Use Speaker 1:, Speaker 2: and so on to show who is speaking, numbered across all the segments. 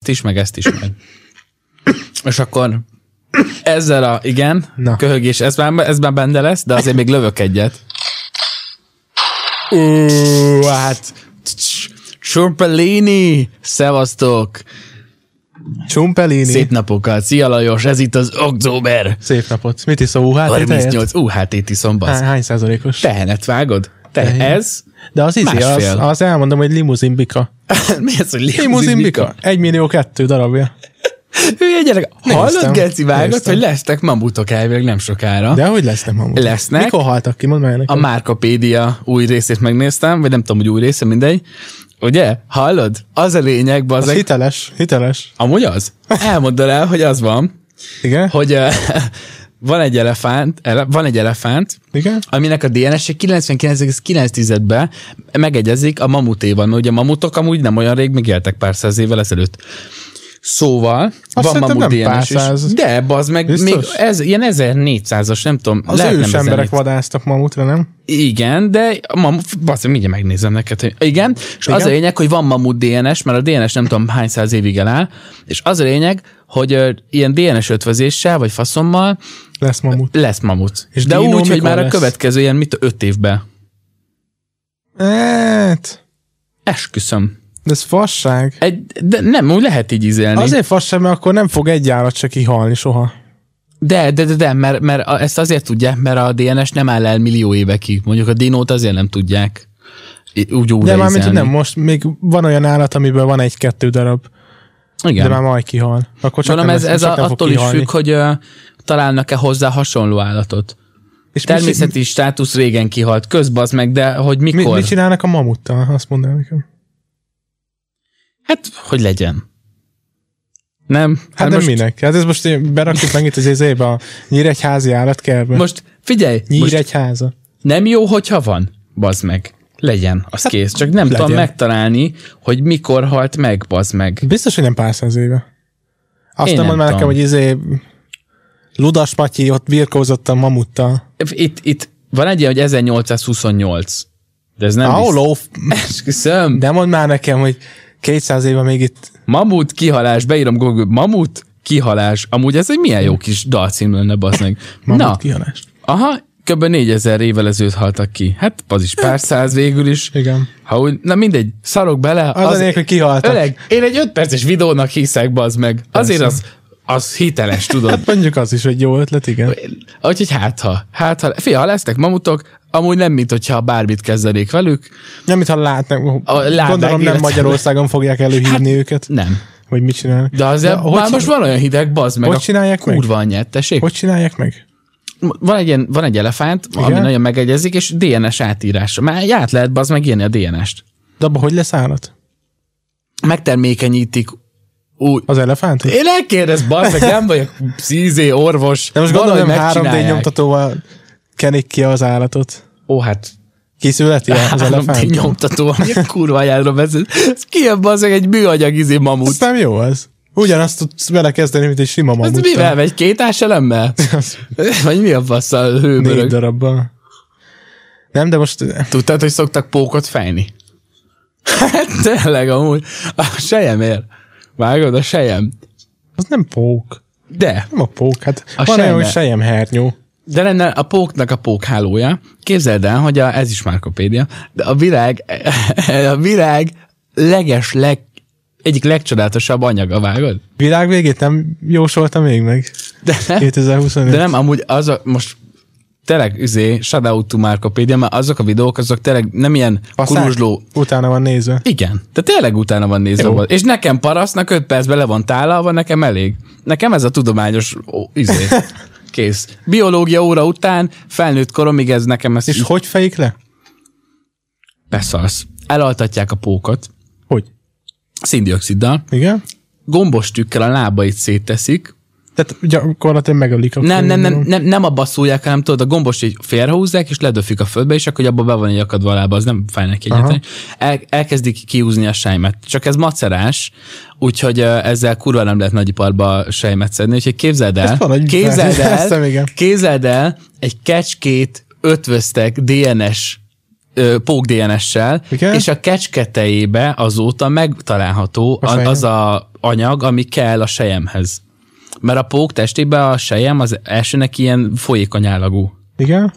Speaker 1: ezt is, meg ezt is. Meg. És akkor ezzel a, igen,
Speaker 2: Na.
Speaker 1: Na. köhögés, ez már, ez már benne lesz, de azért még lövök egyet. Ó, hát, Csurpelini, szevasztok,
Speaker 2: Csumpelini.
Speaker 1: szép
Speaker 2: Szép,
Speaker 1: napokat, szia Lajos, ez itt az Oktober.
Speaker 2: Szép napot. Mit iszol UHT?
Speaker 1: 38 UHT-t iszom,
Speaker 2: Hát Hány,
Speaker 1: basz.
Speaker 2: hány százalékos?
Speaker 1: Tehenet vágod? Te,
Speaker 2: Tehenet.
Speaker 1: ez?
Speaker 2: De az izi, az,
Speaker 1: Másfél.
Speaker 2: az elmondom, hogy limuzinbika.
Speaker 1: Mi ez, hogy
Speaker 2: Limuzinbika. Egy millió kettő darabja.
Speaker 1: Hülye gyerek, hallod,
Speaker 2: Néztem,
Speaker 1: Geci vágott,
Speaker 2: néztem.
Speaker 1: hogy lesznek mamutok elvileg nem sokára.
Speaker 2: De hogy lesznek mamut?
Speaker 1: Lesznek.
Speaker 2: Mikor haltak ki? Mondd már
Speaker 1: A
Speaker 2: nekem.
Speaker 1: Márkapédia új részét megnéztem, vagy nem tudom, hogy új része, mindegy. Ugye? Hallod? Az a lényeg,
Speaker 2: Az
Speaker 1: bazeg.
Speaker 2: hiteles, hiteles.
Speaker 1: Amúgy az? Elmondd el, hogy az van,
Speaker 2: Igen?
Speaker 1: hogy uh, van egy elefánt, ele, van egy elefánt,
Speaker 2: Igen?
Speaker 1: aminek a DNS-e 99,9-ben megegyezik a mamutéval, mert ugye mamutok amúgy nem olyan rég, még éltek pár száz évvel ezelőtt. Szóval,
Speaker 2: Azt
Speaker 1: van
Speaker 2: szerintem
Speaker 1: mamut
Speaker 2: nem pár
Speaker 1: DNS
Speaker 2: száz.
Speaker 1: is. De, bazd meg,
Speaker 2: Biztos?
Speaker 1: még ez, ilyen 1400-as, nem tudom.
Speaker 2: Az
Speaker 1: lehet nem
Speaker 2: ős emberek
Speaker 1: 1400.
Speaker 2: vadásztak mamutra, nem?
Speaker 1: Igen, de a mamut, basz, mindjárt megnézem neked, hogy igen, és igen? az a
Speaker 2: Igen?
Speaker 1: lényeg, hogy van mamut DNS, mert a DNS nem tudom hány száz évig eláll, és az a lényeg, hogy ö, ilyen DNS ötvözéssel, vagy faszommal
Speaker 2: Lesz mamut.
Speaker 1: lesz mamut.
Speaker 2: És
Speaker 1: És de
Speaker 2: Dino
Speaker 1: úgy, hogy
Speaker 2: mikor
Speaker 1: már a
Speaker 2: lesz?
Speaker 1: következő ilyen, mit öt évben.
Speaker 2: Hát,
Speaker 1: Esküszöm.
Speaker 2: de ez fasság.
Speaker 1: Egy, de nem, úgy lehet így ízelni. Azért...
Speaker 2: Azért fasság, mert akkor nem fog egy állat se kihalni soha.
Speaker 1: De, de, de, de, mert, mert a- ezt azért tudják, mert a DNS nem áll el millió évekig. Mondjuk a dinót azért nem tudják í- úgy újra
Speaker 2: De már mint, hogy
Speaker 1: ízelni.
Speaker 2: nem, most még van olyan állat, amiben van egy-kettő darab,
Speaker 1: Igen.
Speaker 2: de már majd kihal. Akkor csak
Speaker 1: Csak
Speaker 2: nem
Speaker 1: ez,
Speaker 2: lesz-
Speaker 1: ez
Speaker 2: csak
Speaker 1: a,
Speaker 2: nem fog
Speaker 1: attól is
Speaker 2: kihalni.
Speaker 1: függ, hogy uh, találnak-e hozzá hasonló állatot.
Speaker 2: És mi-
Speaker 1: Természeti státusz régen kihalt, közbaz meg, de hogy
Speaker 2: mi, mi,
Speaker 1: mikor?
Speaker 2: mit csinálnak a mamuttal? Azt mondd el nekem.
Speaker 1: hát, hogy legyen. Nem?
Speaker 2: Hát, hát nem minek. Hát ez most én berakjuk meg itt az izébe a nyíregyházi állatkertbe. Most,
Speaker 1: Most figyelj, most
Speaker 2: Nyíregyháza.
Speaker 1: nem jó, hogyha van, bazd meg. Legyen, az hát, kész. Csak nem legyen. tudom
Speaker 2: legyen.
Speaker 1: megtalálni, hogy mikor halt meg, bazd meg.
Speaker 2: Biztos, hogy nem pár száz éve. Azt
Speaker 1: Én
Speaker 2: nem
Speaker 1: nem
Speaker 2: mondd már nekem,
Speaker 1: tudom.
Speaker 2: hogy izé Ludas Matyi ott birkózott a mamuttal.
Speaker 1: Itt, itt van egy ilyen, hogy 1828. De ez nem
Speaker 2: Ahol
Speaker 1: biztos.
Speaker 2: lóf.
Speaker 1: Esküszöm.
Speaker 2: De mondd már nekem, hogy 200 éve még itt
Speaker 1: Mamut kihalás, beírom Google, mamut kihalás. Amúgy ez egy milyen jó kis dalcím lenne, bazd meg.
Speaker 2: mamut
Speaker 1: Na,
Speaker 2: kihalás.
Speaker 1: aha, kb. 4000 évvel ezelőtt haltak ki. Hát az is pár száz végül is.
Speaker 2: Igen.
Speaker 1: Ha úgy, na mindegy, szarok bele.
Speaker 2: Az, az a nélkül kihaltak.
Speaker 1: Öreg, én egy 5 perces videónak hiszek, bazd meg. Azért az, az hiteles, tudod.
Speaker 2: Hát mondjuk az is, hogy jó ötlet, igen.
Speaker 1: Úgyhogy hát ha, hát ha, fia, ha lesznek mamutok, amúgy nem, mint hogyha bármit kezdenék velük,
Speaker 2: Nem, mintha látnak.
Speaker 1: látnák
Speaker 2: Gondolom nem
Speaker 1: életemben.
Speaker 2: Magyarországon fogják előhívni őket,
Speaker 1: nem.
Speaker 2: hogy mit csinálnak.
Speaker 1: Hát, De azért
Speaker 2: De
Speaker 1: de
Speaker 2: hogy
Speaker 1: már
Speaker 2: csin-
Speaker 1: most van olyan hideg, bazd meg.
Speaker 2: Hogy
Speaker 1: a
Speaker 2: csinálják meg?
Speaker 1: Kurva anyját, tessék.
Speaker 2: Hogy csinálják meg?
Speaker 1: van egy, ilyen, van egy elefánt, Igen? ami
Speaker 2: Igen?
Speaker 1: nagyon megegyezik, és DNS átírása. Már így át lehet az megírni a DNS-t.
Speaker 2: De abban hogy lesz állat?
Speaker 1: Megtermékenyítik úgy.
Speaker 2: Az elefánt?
Speaker 1: Én elkérdez, bazd meg, nem vagyok szízé, orvos.
Speaker 2: De most
Speaker 1: Valahogy
Speaker 2: gondolom, nem 3D
Speaker 1: megcsinálják.
Speaker 2: nyomtatóval kenik ki az állatot.
Speaker 1: Ó, hát
Speaker 2: Készületi az
Speaker 1: 3D
Speaker 2: elefánt?
Speaker 1: nyomtató, ami a kurva járra vezet. Ez ki a bazd meg egy műanyag izé mamut?
Speaker 2: Ez nem jó az. Ugyanazt tudsz belekezdeni, mint egy sima
Speaker 1: Ez
Speaker 2: mamuttal.
Speaker 1: mivel megy? Két áselemmel? Vagy mi a basszal
Speaker 2: Négy
Speaker 1: hőbörög?
Speaker 2: darabbal. Nem, de most...
Speaker 1: Tudtad, hogy szoktak pókot fejni? Hát tényleg amúgy. A sejemért. Vágod a sejem?
Speaker 2: Az nem pók.
Speaker 1: De,
Speaker 2: Nem a pók. Hát
Speaker 1: A
Speaker 2: van olyan,
Speaker 1: sejme.
Speaker 2: hogy sejem hernyó.
Speaker 1: de lenne a póknak a pókhálója. Képzeld el, hogy a, ez is Márkopédia, de a világ, a világ leges, leg, egyik legcsodálatosabb anyaga, vágod?
Speaker 2: Világ végét nem jósolta még meg.
Speaker 1: De nem,
Speaker 2: 2025.
Speaker 1: Eh? de nem amúgy az a, most tényleg, üzé, shoutout to Márkopédia, mert azok a videók, azok tényleg nem ilyen
Speaker 2: Aztán
Speaker 1: kuruzsló,
Speaker 2: Utána van nézve.
Speaker 1: Igen, de tényleg utána van nézve.
Speaker 2: Jó.
Speaker 1: volt. És nekem parasztnak 5 percben le van tálalva, nekem elég. Nekem ez a tudományos ó, izé. Kész. Biológia óra után, felnőtt koromig ez nekem ezt
Speaker 2: És
Speaker 1: is
Speaker 2: hogy fejik le?
Speaker 1: beszalsz. Elaltatják a pókot,
Speaker 2: Hogy?
Speaker 1: széndioksziddal,
Speaker 2: Igen?
Speaker 1: gombos tükkel a lábait szétteszik,
Speaker 2: Tehát gyakorlatilag megölik a
Speaker 1: nem, nem, nem, nem, nem abba szúrják, hanem tudod, a gombos így félrehúzzák, és ledöfik a földbe, és akkor hogy abba be van egy akadva a lába, az nem fáj neki egyáltalán. El, elkezdik kiúzni a sejmet. Csak ez macerás, úgyhogy ö, ezzel kurva nem lehet nagyiparba sejmet szedni, úgyhogy képzeld
Speaker 2: Ezt
Speaker 1: el,
Speaker 2: valahogy
Speaker 1: képzeld el,
Speaker 2: felfedeztem, igen.
Speaker 1: képzeld el, egy kecskét ötvöztek DNS ö, pók DNS-sel,
Speaker 2: Igen?
Speaker 1: és a kecsketejébe azóta megtalálható
Speaker 2: A
Speaker 1: a
Speaker 2: sejem.
Speaker 1: az a anyag, ami kell a sejemhez. Mert a pók testében a sejem az elsőnek ilyen folyékonyállagú.
Speaker 2: Igen?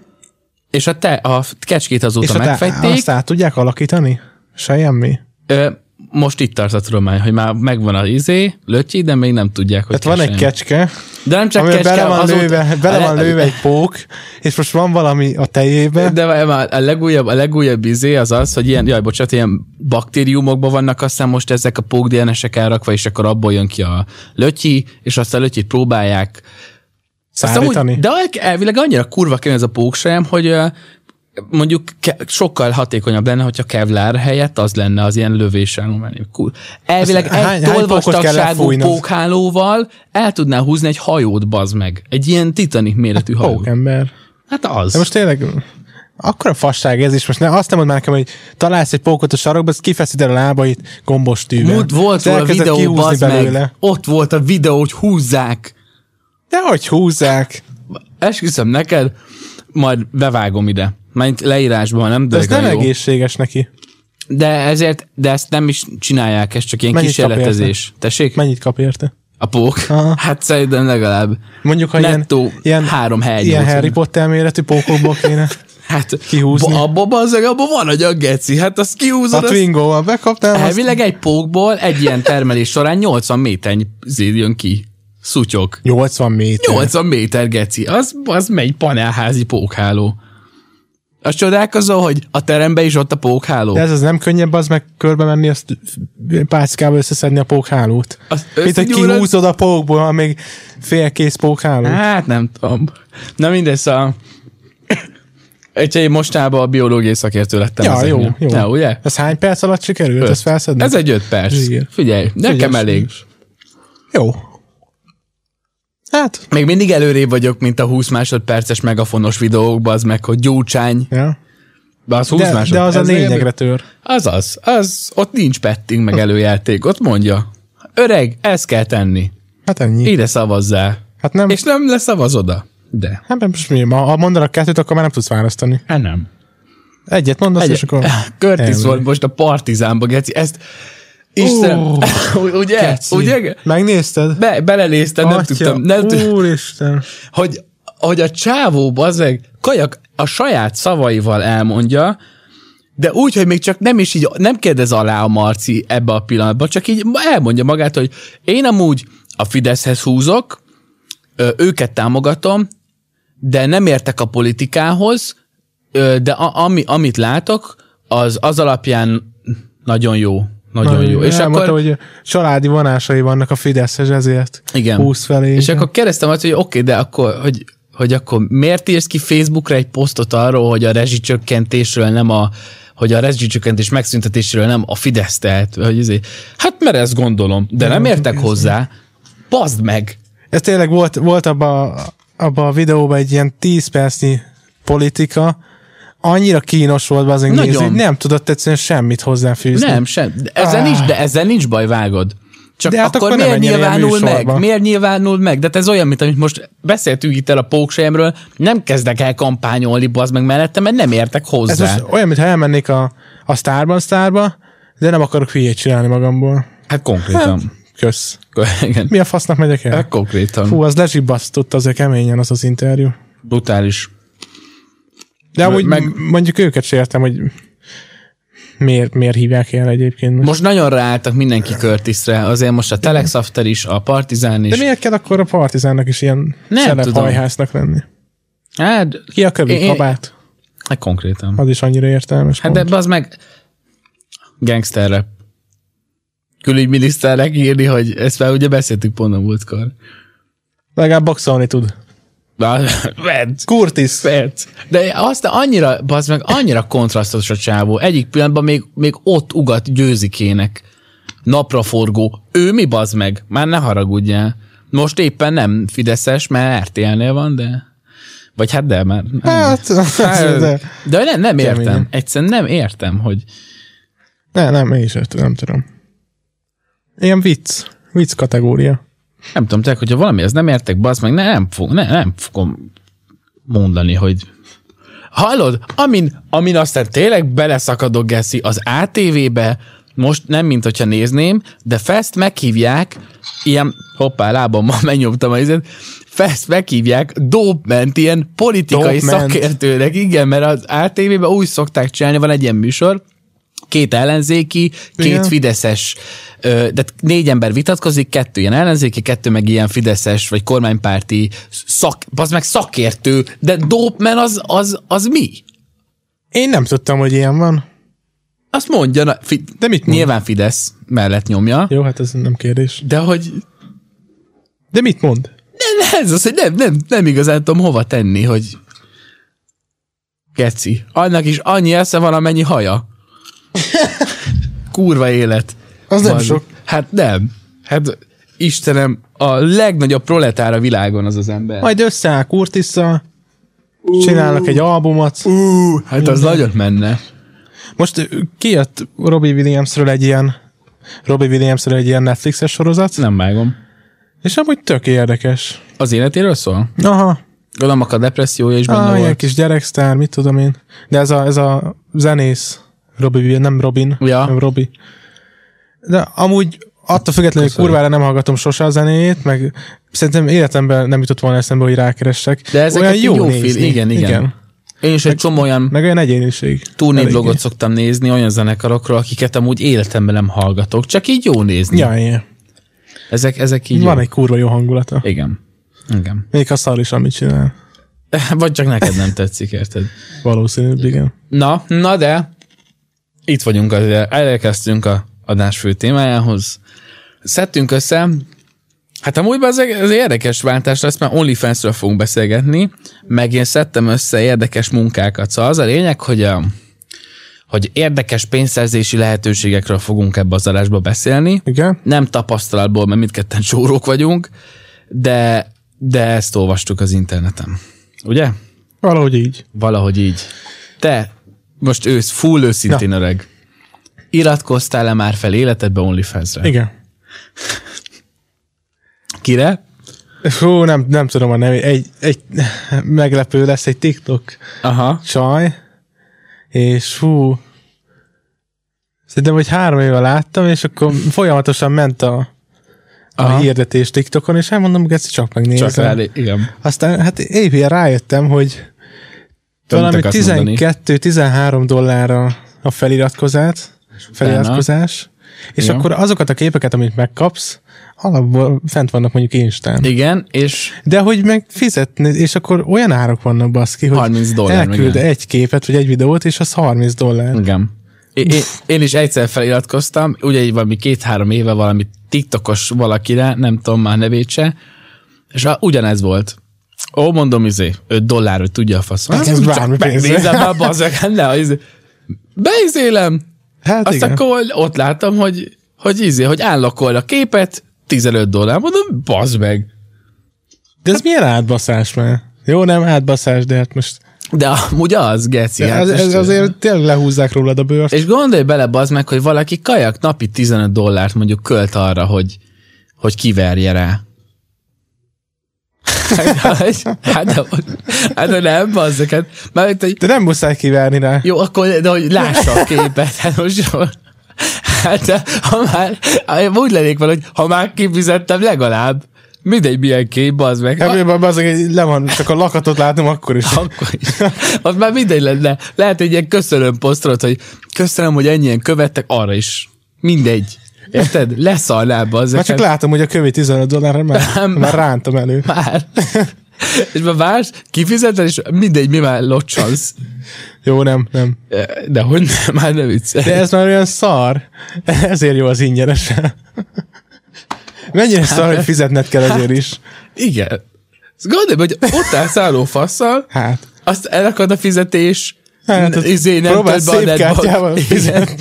Speaker 1: És a, te, a kecskét azóta
Speaker 2: a te-
Speaker 1: megfejték,
Speaker 2: azt át tudják alakítani? Semmi.
Speaker 1: ö, most itt tart a tudomány, hogy már megvan az izé, lötyi, de még nem tudják, hogy
Speaker 2: Tehát van egy
Speaker 1: kecskejem.
Speaker 2: kecske,
Speaker 1: De nem csak
Speaker 2: amiben
Speaker 1: kecske,
Speaker 2: bele van,
Speaker 1: azóta-
Speaker 2: lőve, bele
Speaker 1: a-
Speaker 2: van lőve egy pók, és most van valami a tejében.
Speaker 1: De várj, már a legújabb, a legújabb izé az az, hogy ilyen, jaj, bocsánat, ilyen baktériumokban vannak aztán most ezek a pók DNS-ek elrakva, és akkor abból jön ki a lötyi, és azt a lötyit próbálják. Aztán
Speaker 2: Szállítani?
Speaker 1: de el- elvileg annyira kurva kemény ez a póksejem, hogy ö, mondjuk ke- sokkal hatékonyabb lenne, hogyha Kevlar helyett az lenne az ilyen lövésállományú. Kur- Elvileg
Speaker 2: Azt hány-
Speaker 1: egy
Speaker 2: hány pókot kell
Speaker 1: tolvastagságú
Speaker 2: lefújnod?
Speaker 1: pókhálóval el tudná húzni egy hajót, bazd meg. Egy ilyen titanik méretű hajót.
Speaker 2: Pókember.
Speaker 1: Hát az.
Speaker 2: De most tényleg akkora fasság ez is. Most ne, azt nem mondd már nekem, hogy találsz egy pókot a sarokba, azt kifeszíted a lábait gombos tűvel.
Speaker 1: Múlt volt
Speaker 2: És
Speaker 1: róla
Speaker 2: elkezded
Speaker 1: videó,
Speaker 2: kihúzni
Speaker 1: bazd meg. Ott volt a videó, hogy húzzák.
Speaker 2: Dehogy húzzák.
Speaker 1: Esküszöm neked, majd bevágom ide. Mert leírásban nem
Speaker 2: De ez nem
Speaker 1: dörgön jó.
Speaker 2: egészséges neki.
Speaker 1: De ezért, de ezt nem is csinálják, ez csak ilyen
Speaker 2: Mennyit
Speaker 1: kísérletezés. Tessék?
Speaker 2: Mennyit kap érte?
Speaker 1: A pók?
Speaker 2: Aha.
Speaker 1: Hát szerintem legalább.
Speaker 2: Mondjuk, ha
Speaker 1: Nettó
Speaker 2: ilyen, ilyen,
Speaker 1: három hely
Speaker 2: ilyen
Speaker 1: nyolcvan.
Speaker 2: Harry Potter méretű pókokból kéne.
Speaker 1: Hát
Speaker 2: Kihúzni.
Speaker 1: ba- Abba bazzeg, abba van egy a geci. Hát azt
Speaker 2: A
Speaker 1: kihúzod. Azt
Speaker 2: Twingo-val bekaptál, azt
Speaker 1: elvileg egy pókból egy ilyen termelés során 80 méternyi zé jön ki. Szutyok.
Speaker 2: 80 méter.
Speaker 1: 80 méter, geci. Az, az megy panelházi pókháló. A csodálkozó, hogy a teremben is ott a pókháló.
Speaker 2: De ez az nem könnyebb, az meg körbe menni, azt páckába összeszedni a pókhálót.
Speaker 1: Azt
Speaker 2: Mint hogy
Speaker 1: összegyúrod?
Speaker 2: kihúzod a pókból, ha még félkész pókháló.
Speaker 1: Hát nem tudom. Na mindegy, szóval... Úgyhogy én mostában a biológiai szakértő lettem.
Speaker 2: Ja,
Speaker 1: ezeknél.
Speaker 2: jó, jó.
Speaker 1: Ja, ugye?
Speaker 2: Ez hány perc alatt sikerült
Speaker 1: Öt.
Speaker 2: ezt felszedni?
Speaker 1: Ez egy öt perc.
Speaker 2: Igen.
Speaker 1: Figyelj, nekem
Speaker 2: Ügyes,
Speaker 1: elég.
Speaker 2: ügyes. Jó. Hát.
Speaker 1: Még mindig előrébb vagyok, mint a 20 másodperces megafonos videókban, az meg, hogy gyúcsány.
Speaker 2: Ja.
Speaker 1: De az 20
Speaker 2: De, de
Speaker 1: másodperc.
Speaker 2: az a
Speaker 1: Ez még-
Speaker 2: lényegre tör.
Speaker 1: Az az, az, ott nincs petting meg előjáték, ott mondja. Öreg, ezt kell tenni.
Speaker 2: Hát ennyi.
Speaker 1: Ide szavazzál.
Speaker 2: Hát nem.
Speaker 1: És nem leszavaz oda. De.
Speaker 2: Hát nem, most mi, ma- ha mondanak kettőt, akkor már nem tudsz választani.
Speaker 1: Hát nem.
Speaker 2: Egyet mondasz,
Speaker 1: Egy,
Speaker 2: és akkor...
Speaker 1: Curtis
Speaker 2: elmegy.
Speaker 1: volt most a partizánba, Geci, ezt... Istenem, ugye?
Speaker 2: Geci.
Speaker 1: Ugye?
Speaker 2: Megnézted?
Speaker 1: Be, belenéztem, nem
Speaker 2: Atya,
Speaker 1: tudtam, nem tudtam,
Speaker 2: Úristen.
Speaker 1: hogy, hogy a csávó bazeg kajak a saját szavaival elmondja, de úgy, hogy még csak nem is így, nem kérdez alá a Marci ebbe a pillanatban, csak így elmondja magát, hogy én amúgy a Fideszhez húzok, ö, őket támogatom, de nem értek a politikához, ö, de a, ami, amit látok, az az alapján nagyon jó. Nagyon
Speaker 2: Na,
Speaker 1: jó.
Speaker 2: És
Speaker 1: És
Speaker 2: elmondta,
Speaker 1: akkor,
Speaker 2: akkor... hogy családi vonásai vannak a Fideszhez, ezért
Speaker 1: igen.
Speaker 2: 20 felé.
Speaker 1: És akkor kérdeztem azt, hogy oké, okay, de akkor, hogy, hogy akkor miért írsz ki Facebookra egy posztot arról, hogy a rezsicsökkentésről nem a hogy a rezsicsökkentés megszüntetéséről nem a Fidesz tehet, hogy izé, hát mert ezt gondolom, de nem értek hozzá. Bazd meg!
Speaker 2: Ez tényleg volt, volt abban abba a videóban egy ilyen 10 percnyi politika, annyira kínos volt az
Speaker 1: Nagyon.
Speaker 2: nézni, hogy nem tudott egyszerűen semmit hozzáfűzni.
Speaker 1: Nem, sem. De Ezzel, nincs, de ezzel nincs baj, vágod. Csak
Speaker 2: Ah. De hát
Speaker 1: akkor,
Speaker 2: akkor
Speaker 1: miért
Speaker 2: nem menjen ilyen
Speaker 1: nyilvánul meg?
Speaker 2: műsorba.
Speaker 1: Miért nyilvánul meg? De hát ez olyan, mint amit most beszéltünk itt el a póksejemről, nem kezdek el kampányolni, bazd meg mellette, mert nem értek hozzá.
Speaker 2: Ez most olyan, mintha elmennék a, a sztárban sztárba, de nem akarok hülyét csinálni magamból.
Speaker 1: Hát konkrétan.
Speaker 2: Kösz.
Speaker 1: Hát, Igen.
Speaker 2: Mi a fasznak megyek el?
Speaker 1: Hát konkrétan.
Speaker 2: Fú, az lezsibbasztott azért keményen az az interjú.
Speaker 1: Brutális.
Speaker 2: De amúgy
Speaker 1: meg-
Speaker 2: meg... mondjuk őket sértem, hogy miért, miért hívják el egyébként. most.
Speaker 1: Most nagyon ráálltak mindenki Curtisre, azért most a Telex After is, a Partizán
Speaker 2: De
Speaker 1: is.
Speaker 2: miért kell akkor a partizánnak is ilyen
Speaker 1: Nem
Speaker 2: celeb
Speaker 1: tudom.
Speaker 2: hajhásznak lenni?
Speaker 1: Hát,
Speaker 2: Ki a kövi
Speaker 1: Én-
Speaker 2: kabát?
Speaker 1: hát konkrétan.
Speaker 2: Az is annyira értelmes.
Speaker 1: Hát de az meg gangsterre külügyminiszternek írni, hogy ezt már ugye beszéltük pont a múltkor.
Speaker 2: Legalább boxolni tud.
Speaker 1: Vent,
Speaker 2: Curtis.
Speaker 1: vent. De azt annyira, az meg annyira kontrasztos a csávó. Egyik pillanatban még, még ott ugat győzikének. Napraforgó. Ő mi bazd meg? Már ne haragudjál. Most éppen nem Fideszes, mert RTL-nél van, de... Vagy hát de már...
Speaker 2: Hát,
Speaker 1: de,
Speaker 2: de,
Speaker 1: de nem, nem értem.
Speaker 2: Keményen.
Speaker 1: Egyszerűen nem értem, hogy...
Speaker 2: ne, nem, én is értem, nem tudom. Ilyen vicc. Vicc kategória.
Speaker 1: Nem tudom, tehát, hogyha valamihez nem értek, bazd meg, ne, nem, fog, ne, nem fogom mondani, hogy Hallod? Amin, amin aztán tényleg beleszakadok, Geszi, az ATV-be, most nem, mint hogyha nézném, de Fest meghívják, ilyen, hoppá, lábammal megnyomtam a izet, Fest meghívják dópment ilyen politikai
Speaker 2: Dópment.
Speaker 1: szakértőnek, igen, mert az ATV-ben úgy szokták csinálni, van egy ilyen műsor, két ellenzéki, két
Speaker 2: Igen.
Speaker 1: fideszes, ö, de négy ember vitatkozik, kettő ilyen ellenzéki, kettő meg ilyen fideszes, vagy kormánypárti, szak, az meg szakértő, de dópmen az, az, az mi?
Speaker 2: Én nem tudtam, hogy ilyen van.
Speaker 1: Azt mondja, na, fi,
Speaker 2: De mit mond?
Speaker 1: nyilván Fidesz mellett nyomja,
Speaker 2: Jó, hát ez nem kérdés.
Speaker 1: de hogy
Speaker 2: De mit mond?
Speaker 1: de ne, ez az, hogy nem, nem, nem igazán tudom hova tenni, hogy keci. Annak is annyi esze van, amennyi haja. Kurva élet.
Speaker 2: Az nem
Speaker 1: Van.
Speaker 2: sok.
Speaker 1: Hát nem. Hát Istenem, a legnagyobb proletár a világon az az ember.
Speaker 2: Majd összeáll Curtisszal, csinálnak egy albumot.
Speaker 1: Ú, hát az nagyon menne.
Speaker 2: Most ö, kijött Robbie Williamsről egy ilyen Robbie Williamsről egy ilyen Netflixes sorozat,
Speaker 1: Nem vágom.
Speaker 2: és amúgy tök érdekes.
Speaker 1: Az életéről szól?
Speaker 2: Aha,
Speaker 1: Gondolom, a depressziója is benne
Speaker 2: á, ilyen
Speaker 1: volt.
Speaker 2: kis gyereksztár, mit tudom én. De ez a, ez a zenész, Robbie Williams, nem Robin,
Speaker 1: Ja.
Speaker 2: nem Robbie. De amúgy attól függetlenül, hogy kurvára nem hallgatom sose a zenéjét, meg szerintem életemben nem jutott volna eszembe, hogy rákeressek.
Speaker 1: De ezeket
Speaker 2: Olyan
Speaker 1: így
Speaker 2: jó,
Speaker 1: jó feel-
Speaker 2: nézni.
Speaker 1: igen, igen. Én is egy csomó olyan
Speaker 2: Meg olyan egyéniség.
Speaker 1: turnévlogot
Speaker 2: Eléggé.
Speaker 1: szoktam nézni olyan zenekarokról, akiket amúgy életemben nem hallgatok, csak így jó nézni.
Speaker 2: Ja, igen.
Speaker 1: Ezek, ezek így
Speaker 2: Van
Speaker 1: jó.
Speaker 2: egy kurva jó hangulata.
Speaker 1: Igen. Igen.
Speaker 2: Még ha szar is, amit csinál.
Speaker 1: Vagy csak neked nem tetszik, érted?
Speaker 2: Valószínűbb, igen.
Speaker 1: Na, na de, itt vagyunk, azért elérkeztünk a adás fő témájához. Szedtünk össze, hát amúgy ez, ez érdekes váltás lesz, mert OnlyFans-ről fogunk beszélgetni, meg én szedtem össze érdekes munkákat. Szóval az a lényeg, hogy a, hogy érdekes pénzszerzési lehetőségekről fogunk ebbe az adásba beszélni.
Speaker 2: Igen?
Speaker 1: Nem tapasztalatból, mert mindketten csórók vagyunk, de, de ezt olvastuk az interneten. Ugye?
Speaker 2: Valahogy így.
Speaker 1: Valahogy így. Te, most ősz, full őszintén Na. öreg. Iratkoztál-e már fel életedbe OnlyFans-re?
Speaker 2: Igen.
Speaker 1: Kire?
Speaker 2: Hú, nem, nem tudom a nevét. Egy, egy meglepő lesz egy TikTok
Speaker 1: Aha.
Speaker 2: csaj, és hú, szerintem, hogy három éve láttam, és akkor folyamatosan ment a, a
Speaker 1: Aha.
Speaker 2: hirdetés TikTokon, és elmondom, hogy ezt csak megnézem.
Speaker 1: Csak rád, igen.
Speaker 2: Aztán hát épp rájöttem, hogy
Speaker 1: Tudom, mit
Speaker 2: valami
Speaker 1: akarsz mondani.
Speaker 2: 12-13 dollárra a feliratkozás, feliratkozás és
Speaker 1: Ja.
Speaker 2: akkor azokat a képeket, amit megkapsz, alapból fent vannak mondjuk Instán.
Speaker 1: Igen, és
Speaker 2: De hogy meg fizetni, és akkor olyan árak vannak baszki, hogy
Speaker 1: 30 dollár, Hm.
Speaker 2: elküld
Speaker 1: igen.
Speaker 2: egy képet, vagy egy videót, és az 30 dollár.
Speaker 1: igen. É- Én, én is egyszer feliratkoztam, ugye egy valami két-három éve valami TikTokos valakire, nem tudom már nevét se, és a, ugyanez volt. Ó, mondom, izé, 5 dollár, hogy tudja a faszom.
Speaker 2: Hát ez
Speaker 1: Csak
Speaker 2: bármi pénz.
Speaker 1: Megnézem már, bazzak, hát ne, izé. Beizélem,
Speaker 2: Hát
Speaker 1: Azt
Speaker 2: igen.
Speaker 1: igen.
Speaker 2: Akkor...
Speaker 1: akkor ott láttam, hogy, hogy izé, hogy állakol a képet, 15 dollár, mondom, bazd meg.
Speaker 2: De ez milyen átbaszás már? Jó, nem átbaszás, de hát most...
Speaker 1: De amúgy az, geci.
Speaker 2: Ja,
Speaker 1: hát
Speaker 2: ez, ez
Speaker 1: most-
Speaker 2: azért tényleg lehúzzák rólad a bőrt.
Speaker 1: És gondolj bele, bazd meg, hogy valaki kajak napi 15 dollárt mondjuk költ arra, hogy, hogy kiverje rá. hát, hát, de- hát, de nem, bazd meg, hát, mert, hogy
Speaker 2: De nem muszáj kivárni rá.
Speaker 1: Jó, akkor de hogy lássa a képet, hát most jó. Hát de, ha már, hát úgy lennék van, hogy ha már kifizettem legalább, mindegy milyen kép, az meg. Ha,
Speaker 2: Ebből az, hogy le van, csak a lakatot látom, akkor is.
Speaker 1: akkor is. Az már mindegy lenne. Lehet egy ilyen köszönöm posztrot, hogy köszönöm, hogy ennyien követtek, arra is. Mindegy. Érted? Leszarnább az.
Speaker 2: Már csak látom, hogy a kövi 15 dollárra már, már rántam elő.
Speaker 1: Már. És már vársz, kifizeted, és mindegy, mi már locsansz.
Speaker 2: Jó, nem, nem.
Speaker 1: De hogy nem, már nem viccelj.
Speaker 2: De ez már olyan szar. Ezért jó az ingyenes.
Speaker 1: Hát
Speaker 2: Mennyire szar, hogy fizetned kell ezért is.
Speaker 1: Igen. Azt Gondolj, be, hogy ott állsz álló fasszal,
Speaker 2: Hát.
Speaker 1: azt elakad a fizetés,
Speaker 2: Hát,
Speaker 1: n- izé, nem
Speaker 2: próbálj
Speaker 1: több a
Speaker 2: szépkártyával fizetni.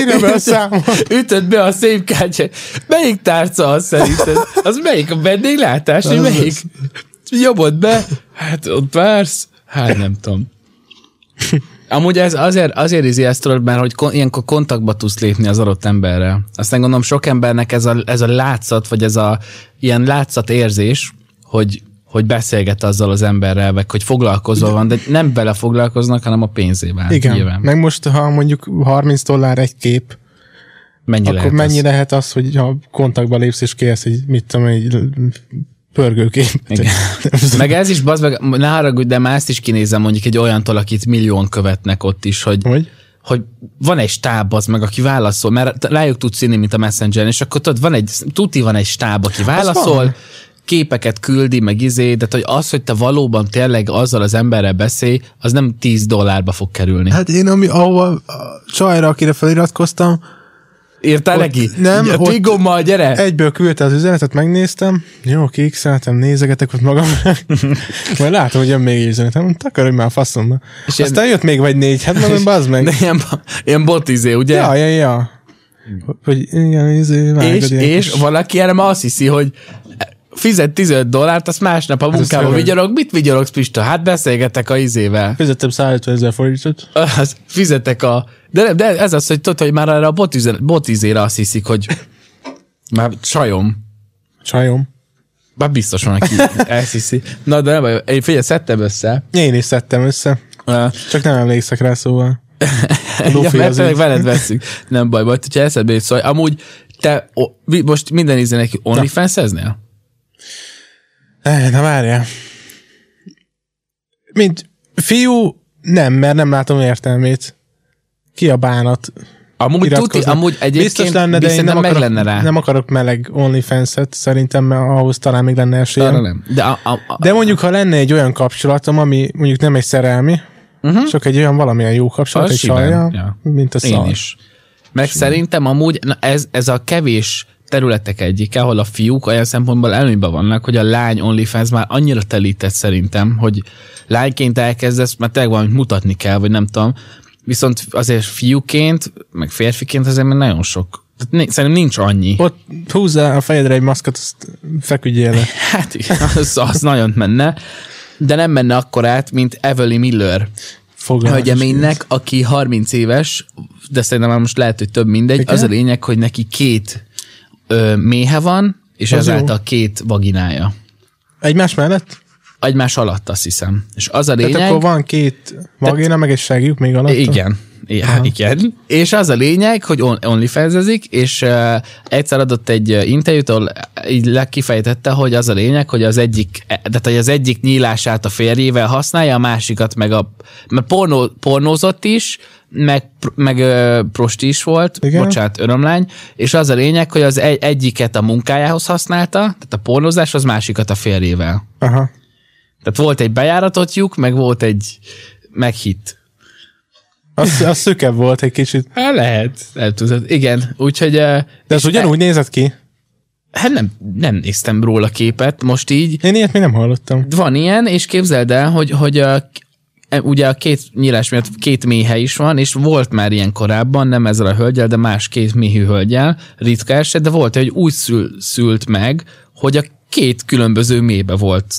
Speaker 2: Írja be a számot.
Speaker 1: Ütöd be a szép kártyát. Melyik tárca az szerinted? Az melyik a vendéglátás? Az
Speaker 2: Az
Speaker 1: melyik?
Speaker 2: az.
Speaker 1: Jobbod be? Hát ott vársz? Hát nem tudom. Amúgy ez azért, azért izé ezt tudod, mert hogy kon, ilyenkor kontaktba tudsz lépni az adott emberrel. Aztán gondolom sok embernek ez a, ez a látszat, vagy ez a ilyen látszat érzés, hogy hogy beszélget azzal az emberrel, meg hogy foglalkozva van, de nem vele foglalkoznak, hanem a pénzével.
Speaker 2: Igen,
Speaker 1: Nyilván.
Speaker 2: meg most, ha mondjuk 30 dollár egy kép,
Speaker 1: Mennyi
Speaker 2: akkor
Speaker 1: lehet
Speaker 2: mennyi
Speaker 1: az?
Speaker 2: lehet az, hogy ha kontaktba lépsz és kérsz egy, mit tudom, egy pörgőkép.
Speaker 1: Igen. Meg ez is, bazd meg, ne haragudj, de már ezt is kinézem mondjuk egy olyantól, akit millión követnek ott is, hogy,
Speaker 2: Hogy?
Speaker 1: hogy van egy stáb az meg, aki válaszol, mert te- rájuk tudsz inni, mint a messenger és akkor tudod, van egy, tuti van egy stáb, aki válaszol,
Speaker 2: van.
Speaker 1: képeket küldi, meg izé, de hogy az, hogy te valóban tényleg azzal az emberrel beszélj, az nem 10 dollárba fog kerülni.
Speaker 2: Hát én, ami, ahova a csajra, akire feliratkoztam,
Speaker 1: Írtál
Speaker 2: ott
Speaker 1: neki?
Speaker 2: nem,
Speaker 1: Ja,
Speaker 2: ott-
Speaker 1: Pigommal, gyere!
Speaker 2: egyből küldte az üzenetet, megnéztem, jó, kiixeltem, nézegetek ott magam, majd látom, hogy jön még egy üzenet, mondom, takarodj már faszomba.
Speaker 1: És
Speaker 2: És Aztán jött még vagy négy, hát mondom, bazd meg.
Speaker 1: De ilyen, ilyen bot izé, ugye?
Speaker 2: Ja, ja, ja. Hogy igen, izé, vágod
Speaker 1: és,
Speaker 2: ilyen
Speaker 1: és
Speaker 2: kis-
Speaker 1: valaki erre már azt hiszi, hogy fizet 15 dollárt, azt másnap a munkába
Speaker 2: főleg.
Speaker 1: vigyorog. Mit vigyorogsz, Pista? Hát beszélgetek a izével.
Speaker 2: Fizettem 150 ezer forintot.
Speaker 1: Az, fizetek a... De, nem, de ez az, hogy tudod, hogy már erre a bot, üzen, bot izére azt hiszik, hogy már csajom.
Speaker 2: Csajom.
Speaker 1: Már biztos van, aki ezt hiszi. Na, de nem baj. Én figyelj, szedtem össze.
Speaker 2: Én is szedtem össze.
Speaker 1: Uh,
Speaker 2: Csak nem emlékszek rá, szóval. A
Speaker 1: ja,
Speaker 2: lufi
Speaker 1: mert
Speaker 2: az
Speaker 1: tényleg
Speaker 2: így.
Speaker 1: veled veszünk. Nem baj, majd, hogyha eszedbe jut, szóval amúgy te o, mi- most minden izének OnlyFans-eznél?
Speaker 2: Eh, Na várjál. Mint fiú, nem, mert nem látom értelmét. Ki a bánat?
Speaker 1: Amúgy, tuti,
Speaker 2: iratkoznak.
Speaker 1: amúgy egyébként
Speaker 2: Biztos lenne, de én nem
Speaker 1: meg
Speaker 2: akarok,
Speaker 1: lenne rá.
Speaker 2: nem akarok meleg OnlyFans-et, szerintem mert ahhoz talán még lenne esélyem.
Speaker 1: Arra nem. De, a, a, a,
Speaker 2: De mondjuk, ha lenne egy olyan kapcsolatom, ami mondjuk nem egy szerelmi, uh-huh. csak egy olyan valamilyen jó
Speaker 1: Mhm.
Speaker 2: kapcsolat,
Speaker 1: Az
Speaker 2: egy
Speaker 1: simán,
Speaker 2: sajja,
Speaker 1: ja.
Speaker 2: mint a
Speaker 1: én
Speaker 2: szar.
Speaker 1: is. Meg szerintem amúgy na ez, ez a kevés területek egyik, ahol a fiúk olyan szempontból előnyben vannak, hogy a lány OnlyFans már annyira telített szerintem, hogy lányként elkezdesz, mert tényleg valamit mutatni kell, vagy nem tudom. Viszont azért fiúként, meg férfiként azért még nagyon sok. Tehát ni- Szerintem nincs annyi.
Speaker 2: Ott húzzá a fejedre egy maszkot, azt feküdjél le.
Speaker 1: Hát igen, az, az nagyon menne, de nem menne akkor át, mint Evelyn Miller
Speaker 2: Foglalás
Speaker 1: hölgyeménynek, aki 30 éves, de szerintem már most lehet, hogy több mindegy,
Speaker 2: Igen?
Speaker 1: az a lényeg, hogy neki két ö, méhe van, és
Speaker 2: Az
Speaker 1: ezáltal két vaginája.
Speaker 2: Egymás mellett?
Speaker 1: Egymás alatt, azt hiszem. És az a
Speaker 2: Tehát
Speaker 1: lényeg...
Speaker 2: akkor van két vagina, meg egy segjuk még alatt.
Speaker 1: Igen. Ja, igen. Hát, És az a lényeg, hogy on- onlyfansezik, és uh, egyszer adott egy ö, interjút, ahol így le- kifejtette, hogy az a lényeg, hogy az egyik, eh, tehát hogy az egyik nyílását a férjével használja, a másikat meg a, mert pornó, pornózott is, meg, pr- meg ö, prosti is volt,
Speaker 2: Igen.
Speaker 1: bocsánat, örömlány, és az a lényeg, hogy az egy, egyiket a munkájához használta, tehát a pornózás, az másikat a férjével.
Speaker 2: Aha.
Speaker 1: Tehát volt egy bejáratott lyuk, meg volt egy meghitt
Speaker 2: Az, az szükebb volt egy kicsit.
Speaker 1: Hát lehet. Nem tudod. Igen, úgyhogy... eh,
Speaker 2: De ez
Speaker 1: és
Speaker 2: ugyanúgy nézett ki.
Speaker 1: e- Hát nem, nem néztem róla képet most így.
Speaker 2: Én ilyet még nem hallottam.
Speaker 1: Van ilyen, és képzeld el, hogy, hogy a, ugye a két nyílás miatt két méhe is van, és volt már ilyen korábban, nem ezzel a hölgyel, de más két méhű hölgyel, ritka eset, de volt, hogy úgy szül, szült meg, hogy a két különböző mébe volt.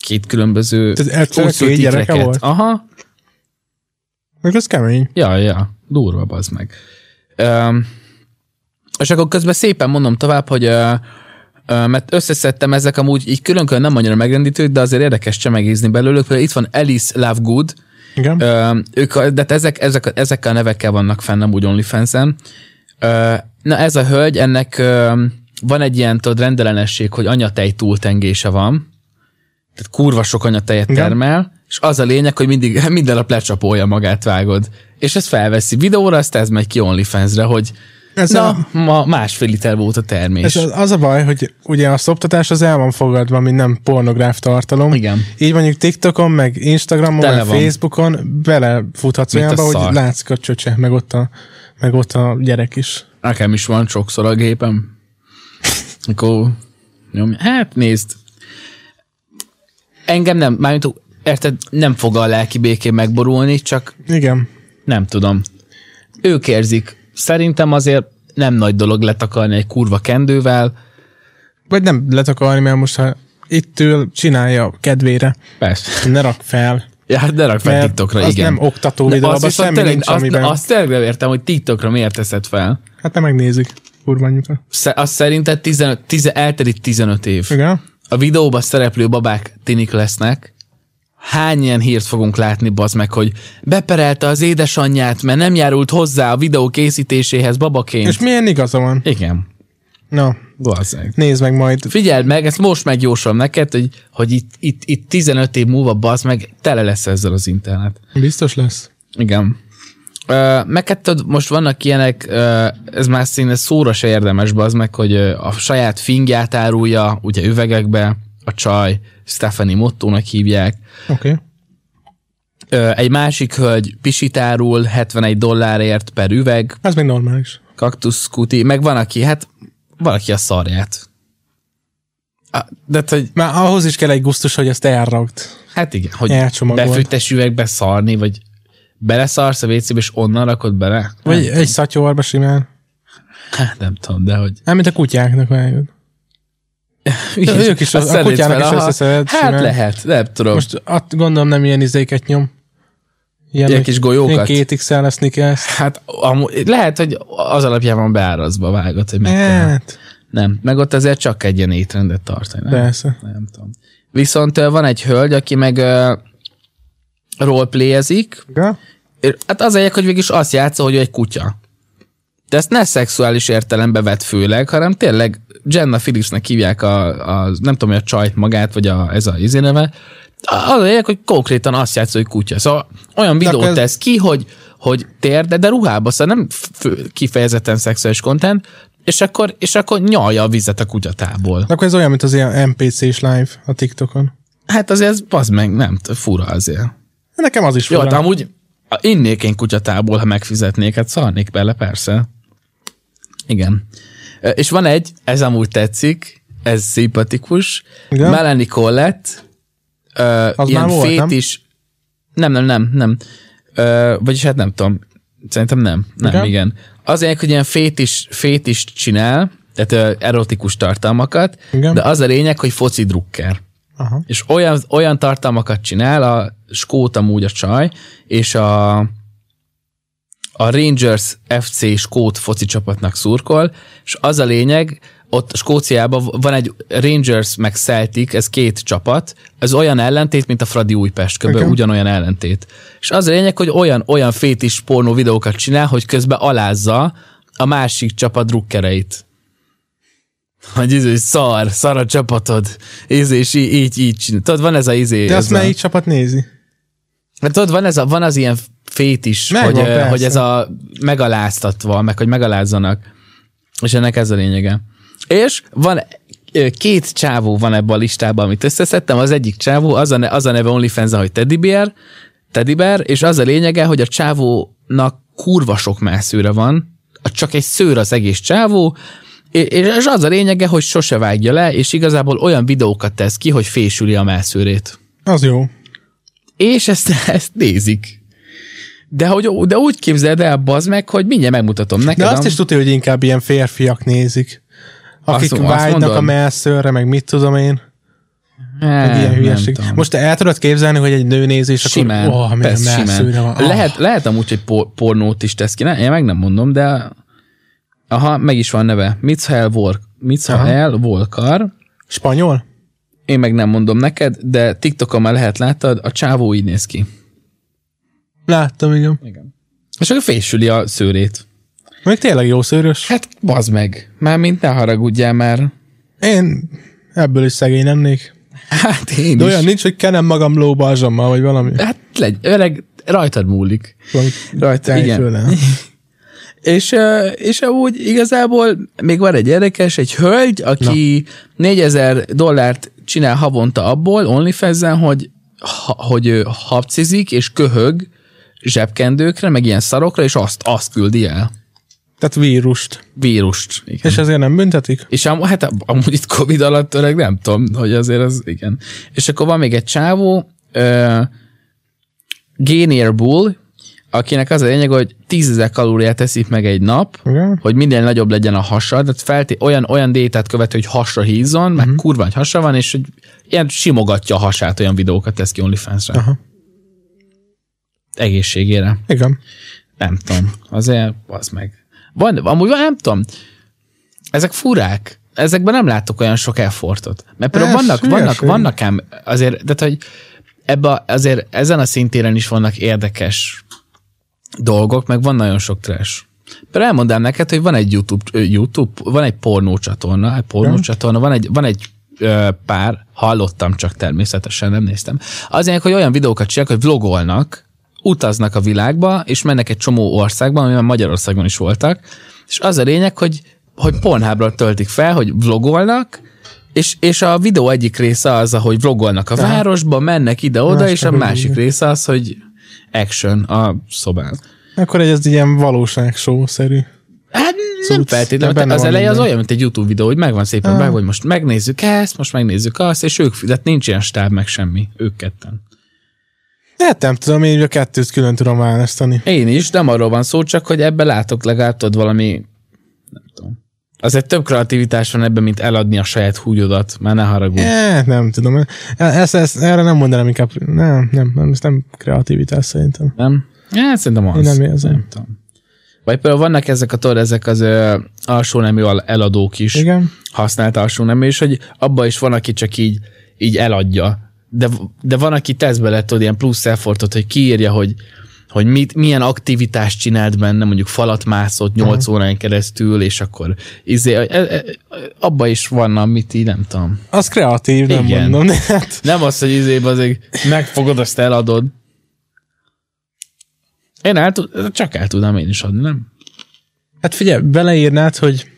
Speaker 1: Két különböző
Speaker 2: Tehát egyszerre
Speaker 1: úgy szült
Speaker 2: két gyereke
Speaker 1: ikreket.
Speaker 2: volt?
Speaker 1: Aha,
Speaker 2: Meg ez kemény.
Speaker 1: Ja, ja, durva bazd meg. Öm, és akkor közben szépen mondom tovább, hogy ö, ö, mert összeszedtem ezek amúgy így külön-külön nem annyira megrendítők, de azért érdekes csemegézni belőlük. Például itt van Alice Lovegood,
Speaker 2: Igen.
Speaker 1: Ö, ők, a- de hát ezek, ezek, ezekkel a nevekkel vannak fenn amúgy OnlyFans-en. Ö, na ez a hölgy, ennek ö, van egy ilyen tudod, rendellenesség, hogy anyatej túltengése van, tehát kurva sok anyatejet
Speaker 2: Igen.
Speaker 1: termel, és az a lényeg, hogy mindig, minden nap lecsapolja magát, vágod. És ezt felveszi videóra, aztán ez megy ki OnlyFans-re, hogy ez
Speaker 2: Ez
Speaker 1: na,
Speaker 2: a-
Speaker 1: ma másfél liter volt a termés.
Speaker 2: És az, az a baj, hogy ugye a szoptatás az el van fogadva, mint nem pornográf tartalom.
Speaker 1: Igen.
Speaker 2: Így mondjuk TikTokon, meg Instagramon,
Speaker 1: Tele
Speaker 2: meg
Speaker 1: van.
Speaker 2: Facebookon belefuthatsz
Speaker 1: Mint a
Speaker 2: olyanba,
Speaker 1: szar.
Speaker 2: hogy látszik a csöcse, meg ott a, meg ott a gyerek is.
Speaker 1: Nekem is van sokszor a gépem. Akkor nyomja. Hát nézd. Engem nem, mármint érted, nem fog a lelki békén megborulni, csak
Speaker 2: Igen.
Speaker 1: nem tudom. Ők érzik. Szerintem azért nem nagy dolog letakarni egy kurva kendővel.
Speaker 2: Vagy nem letakarni, mert most ha itt ül, csinálja kedvére.
Speaker 1: Persze.
Speaker 2: Ne rak fel.
Speaker 1: Ja, hát de rakd fel
Speaker 2: Mert
Speaker 1: TikTokra,
Speaker 2: az
Speaker 1: igen.
Speaker 2: nem oktató
Speaker 1: De
Speaker 2: videó,
Speaker 1: azt
Speaker 2: abban
Speaker 1: viszont
Speaker 2: semmi
Speaker 1: tényleg-
Speaker 2: nincs,
Speaker 1: azt,
Speaker 2: amiben...
Speaker 1: azt tényleg nem értem, hogy TikTokra miért teszed fel.
Speaker 2: Hát nem megnézik, kurva anyuka.
Speaker 1: Sze- Azt szerinted 15, 10, eltelik 15 év.
Speaker 2: Igen?
Speaker 1: a videóban szereplő babák tinik lesznek, hány ilyen hírt fogunk látni, bazd meg, hogy beperelte az édesanyját, mert nem járult hozzá a videó készítéséhez babaként.
Speaker 2: És milyen igaza van?
Speaker 1: Igen.
Speaker 2: Na,
Speaker 1: Valószínűleg.
Speaker 2: nézd meg majd.
Speaker 1: Figyeld meg, ezt most megjósolom neked, hogy, hogy itt, itt, itt 15 év múlva bazd meg, tele lesz ezzel az internet.
Speaker 2: Biztos lesz.
Speaker 1: Igen. Ö, meg hát tudod, most vannak ilyenek, ö, ez már szinte szóra se érdemes az meg, hogy ö, a saját fingját árulja, ugye üvegekbe, a csaj, Stephanie Mottónak hívják.
Speaker 2: Oké. Okay.
Speaker 1: Ö, egy másik hölgy pisit árul 71 dollárért per üveg,
Speaker 2: Ez még normális.
Speaker 1: kaktusz kuti, meg van, aki, hát valaki a szarját. Á, De hát, hogy,
Speaker 2: Már ahhoz is kell egy gusztus, hogy ezt elragd.
Speaker 1: hát igen, hogy
Speaker 2: Elcsomagolt.
Speaker 1: befűttes üvegbe szarni, vagy beleszarsz a wc és onnan rakod bele?
Speaker 2: Vagy egy szatyóarba simán.
Speaker 1: Hát nem tudom, de hogy...
Speaker 2: Nem, mint a kutyáknak már jön. ők is az- a
Speaker 1: szerint
Speaker 2: kutyának
Speaker 1: fel,
Speaker 2: is
Speaker 1: aha.
Speaker 2: összeszedett
Speaker 1: Hát
Speaker 2: simán.
Speaker 1: lehet, nem tudom. Most
Speaker 2: Most att, gondolom nem ilyen izéket nyom.
Speaker 1: Ilyen kis golyókat?
Speaker 2: Ilyen két x el ezt.
Speaker 1: hát amú- lehet, hogy az alapján van beárazva vágott, hogy meg
Speaker 2: Hát,
Speaker 1: Nem, meg ott azért csak egy ilyen étrendet tartani. Nem?
Speaker 2: persze.
Speaker 1: Nem tudom. Viszont ö, van egy hölgy, aki meg ö, roleplayezik,
Speaker 2: Ja?
Speaker 1: Hát az egyik, hogy végig is azt játszol, hogy ő egy kutya. De ezt ne szexuális értelembe vett főleg, hanem tényleg Jenna Phillipsnek hívják a, a nem tudom, hogy a csajt magát, vagy a, ez a izé neve. Az a lényeg, hogy konkrétan azt játszol, hogy kutya. Szóval olyan videót
Speaker 2: akkor ez-
Speaker 1: tesz ki, hogy, hogy térde, de ruhába, szóval nem fő, kifejezetten szexuális content, és akkor, és akkor nyalja a vizet a kutyatából.
Speaker 2: De Akkor ez olyan, mint az ilyen NPC-s live a TikTokon.
Speaker 1: Hát azért ez, az meg nem, t- fura azért.
Speaker 2: Nekem az is
Speaker 1: Jó, de
Speaker 2: fura.
Speaker 1: amúgy innék én kutyatából, ha megfizetnék, hát szarnék bele, persze. Igen. Ö, És van egy, ez amúgy tetszik, ez szimpatikus,
Speaker 2: Igen?
Speaker 1: Igen? Melanie Collette, ö,
Speaker 2: Az
Speaker 1: ilyen
Speaker 2: már volt, nem?
Speaker 1: fétis, nem? nem, nem, nem, Ö, vagyis hát nem tudom, szerintem nem, nem,
Speaker 2: Igen?
Speaker 1: igen. igen. Azért, hogy ilyen fétis, fétis csinál, tehát ö, erotikus tartalmakat,
Speaker 2: Igen.
Speaker 1: igen. de az a lényeg, hogy foci drukker
Speaker 2: Aha.
Speaker 1: és olyan, olyan tartalmakat csinál, a Skót amúgy a csaj, és a, a Rangers FC Skót foci csapatnak szurkol, és az a lényeg, ott Skóciában van egy Rangers meg Celtic, ez két csapat, ez olyan ellentét, mint a Fradi Újpest, kb.
Speaker 2: Igen.
Speaker 1: ugyanolyan ellentét. És az a lényeg, hogy olyan, olyan fétis pornó videókat csinál, hogy közben alázza a másik csapat drukkereit hogy izé, hogy szar, szar a csapatod, izé, és í- így, így csinál. Tudod, van ez a izé.
Speaker 2: De
Speaker 1: ez
Speaker 2: azt
Speaker 1: a...
Speaker 2: melyik csapat nézi?
Speaker 1: Hát tudod, van, ez a, van az ilyen fét is,
Speaker 2: Megvan,
Speaker 1: hogy, ö,
Speaker 2: persze.
Speaker 1: hogy ez a megaláztatva, meg hogy megalázzanak. És ennek ez a lényege. És van ö, két csávó van ebben a listában, amit összeszedtem. Az egyik csávó, az a, ne, az a neve onlyfans hogy Teddy Bear, Teddy Bear, és az a lényege, hogy a csávónak kurva sok mászőre van, csak egy szőr az egész csávó, és- és az a lényege, hogy sose vágja le, és igazából olyan videókat tesz ki, hogy fésüli a mászőrét
Speaker 2: Az jó.
Speaker 1: és ezt, ezt nézik. De, hogy, de úgy képzeld el, bazd meg, hogy mindjárt megmutatom neked.
Speaker 2: De azt
Speaker 1: am-
Speaker 2: is tudja, hogy inkább ilyen férfiak nézik. Akik
Speaker 1: Azt- azt
Speaker 2: vágynak
Speaker 1: mondod?
Speaker 2: a melszőrre, meg mit tudom én.
Speaker 1: Hát,
Speaker 2: Ilyen
Speaker 1: nem
Speaker 2: hülyeség.
Speaker 1: tudom.
Speaker 2: Most te el tudod képzelni, hogy egy nő nézi, és
Speaker 1: simán,
Speaker 2: akkor oh, milyen
Speaker 1: persze,
Speaker 2: melszőre
Speaker 1: simán.
Speaker 2: van. Ah.
Speaker 1: Lehet, lehet amúgy, hogy por- pornót is tesz ki, ne, én meg nem mondom, de aha, meg is van neve. Michael Volk, Michael Volkar,
Speaker 2: Spanyol?
Speaker 1: én meg nem mondom neked, de TikTokon már lehet láttad, a csávó így néz ki.
Speaker 2: Láttam, igen.
Speaker 1: És akkor fésüli a szőrét.
Speaker 2: Még tényleg jó szőrös.
Speaker 1: Hát bazd meg, mármint ne haragudjál már.
Speaker 2: Én ebből is szegény lennék.
Speaker 1: Hát én
Speaker 2: De
Speaker 1: is.
Speaker 2: olyan nincs, hogy kenem magam lóbalzsammal, vagy valami.
Speaker 1: Hát legy, öreg, rajtad múlik.
Speaker 2: valami
Speaker 1: Rajta,
Speaker 2: táj
Speaker 1: igen.
Speaker 2: főle.
Speaker 1: És, ö, és amúgy igazából még van egy érdekes, egy hölgy, aki Na. 4000 dollárt csinál havonta abból, onlyfans hogy, ha, hogy ő habcizik és köhög zsebkendőkre, meg ilyen szarokra, és azt, azt küldi el.
Speaker 2: Tehát vírust.
Speaker 1: Vírust. Igen.
Speaker 2: És ezért nem büntetik?
Speaker 1: És am, hát amúgy itt Covid alatt öreg nem tudom, hogy azért az, igen. És akkor van még egy csávó, uh, Gainier Bull, akinek az a lényeg, hogy 10 ezer kalóriát eszik meg egy nap,
Speaker 2: Igen.
Speaker 1: hogy minél nagyobb legyen a hasa, tehát felté- olyan, olyan diétát követ, hogy hasra hízzon, meg
Speaker 2: Mhm.
Speaker 1: uh-huh. kurva egy hasa van, és hogy ilyen simogatja a hasát, olyan videókat tesz ki OnlyFans-ra.
Speaker 2: Aha.
Speaker 1: Egészségére.
Speaker 2: Igen.
Speaker 1: Nem tudom. Azért, az meg. Van, amúgy van, nem tudom. Ezek furák. ezekben nem látok olyan sok effortot. Mert például
Speaker 2: Ez
Speaker 1: vannak, vannak,
Speaker 2: hülyeség.
Speaker 1: vannak ám azért, de hogy ebbe a- azért ezen a szintéren is vannak érdekes dolgok, meg van nagyon sok trash. Például elmondám neked, hogy van egy YouTube, ö, YouTube van egy pornócsatorna, egy pornócsatorna, van egy, van egy ö, pár, hallottam csak természetesen, nem néztem. Azért, hogy olyan videókat csinálják, hogy vlogolnak, utaznak a világba, és mennek egy csomó országban, amiben Magyarországon is voltak, és az a lényeg, hogy, hogy pornhábról töltik fel, hogy vlogolnak, és, és a videó egyik része az, hogy vlogolnak a városba, mennek ide-oda,
Speaker 2: Más
Speaker 1: és a
Speaker 2: körülmények.
Speaker 1: másik része az, hogy action a szobán.
Speaker 2: Akkor egy az ilyen valóság show-szerű.
Speaker 1: Hát nem
Speaker 2: Cucc,
Speaker 1: feltétlenül. Tehát
Speaker 2: de benne
Speaker 1: Az
Speaker 2: van
Speaker 1: eleje az
Speaker 2: minden.
Speaker 1: olyan, mint egy YouTube videó, hogy megvan szépen be, hogy most megnézzük ezt, most megnézzük azt, és ők, tehát nincs ilyen stáb, meg semmi, ők ketten.
Speaker 2: Hát nem tudom, én a kettőt külön tudom választani.
Speaker 1: Én is, nem arról van szó, csak hogy ebbe látok legalább tudod valami, nem tudom. Azért több kreativitás van ebben, mint eladni a saját húgyodat, már ne haragudj.
Speaker 2: É, Hát nem tudom. Ezt, ezt, erre nem mondanám inkább. Nem, nem, nem, ez nem kreativitás szerintem.
Speaker 1: Nem? Hát szerintem az.
Speaker 2: Én nem érzem.
Speaker 1: Nem tudom. Vagy például vannak ezek a tudod, ezek az ö, alsó nemű al- eladók is.
Speaker 2: Igen.
Speaker 1: Használt alsó nemű, és hogy abba is van, aki csak így, így eladja. De, de van, aki tesz bele tudod, ilyen plusz effortot, hogy kiírja, hogy hogy mit, milyen aktivitást csinált benne, mondjuk falat mászott 8
Speaker 2: Mhm.
Speaker 1: uh-huh. órán keresztül, és akkor izé, e, e, e, abba is van, amit így nem tudom.
Speaker 2: Az kreatív, nem
Speaker 1: Igen.
Speaker 2: mondom. de Hát,
Speaker 1: Nem az, hogy izébe azért megfogod, azt eladod. Én el tud, csak el tudnám én is adni, nem?
Speaker 2: hát figyelj, beleírnád, hogy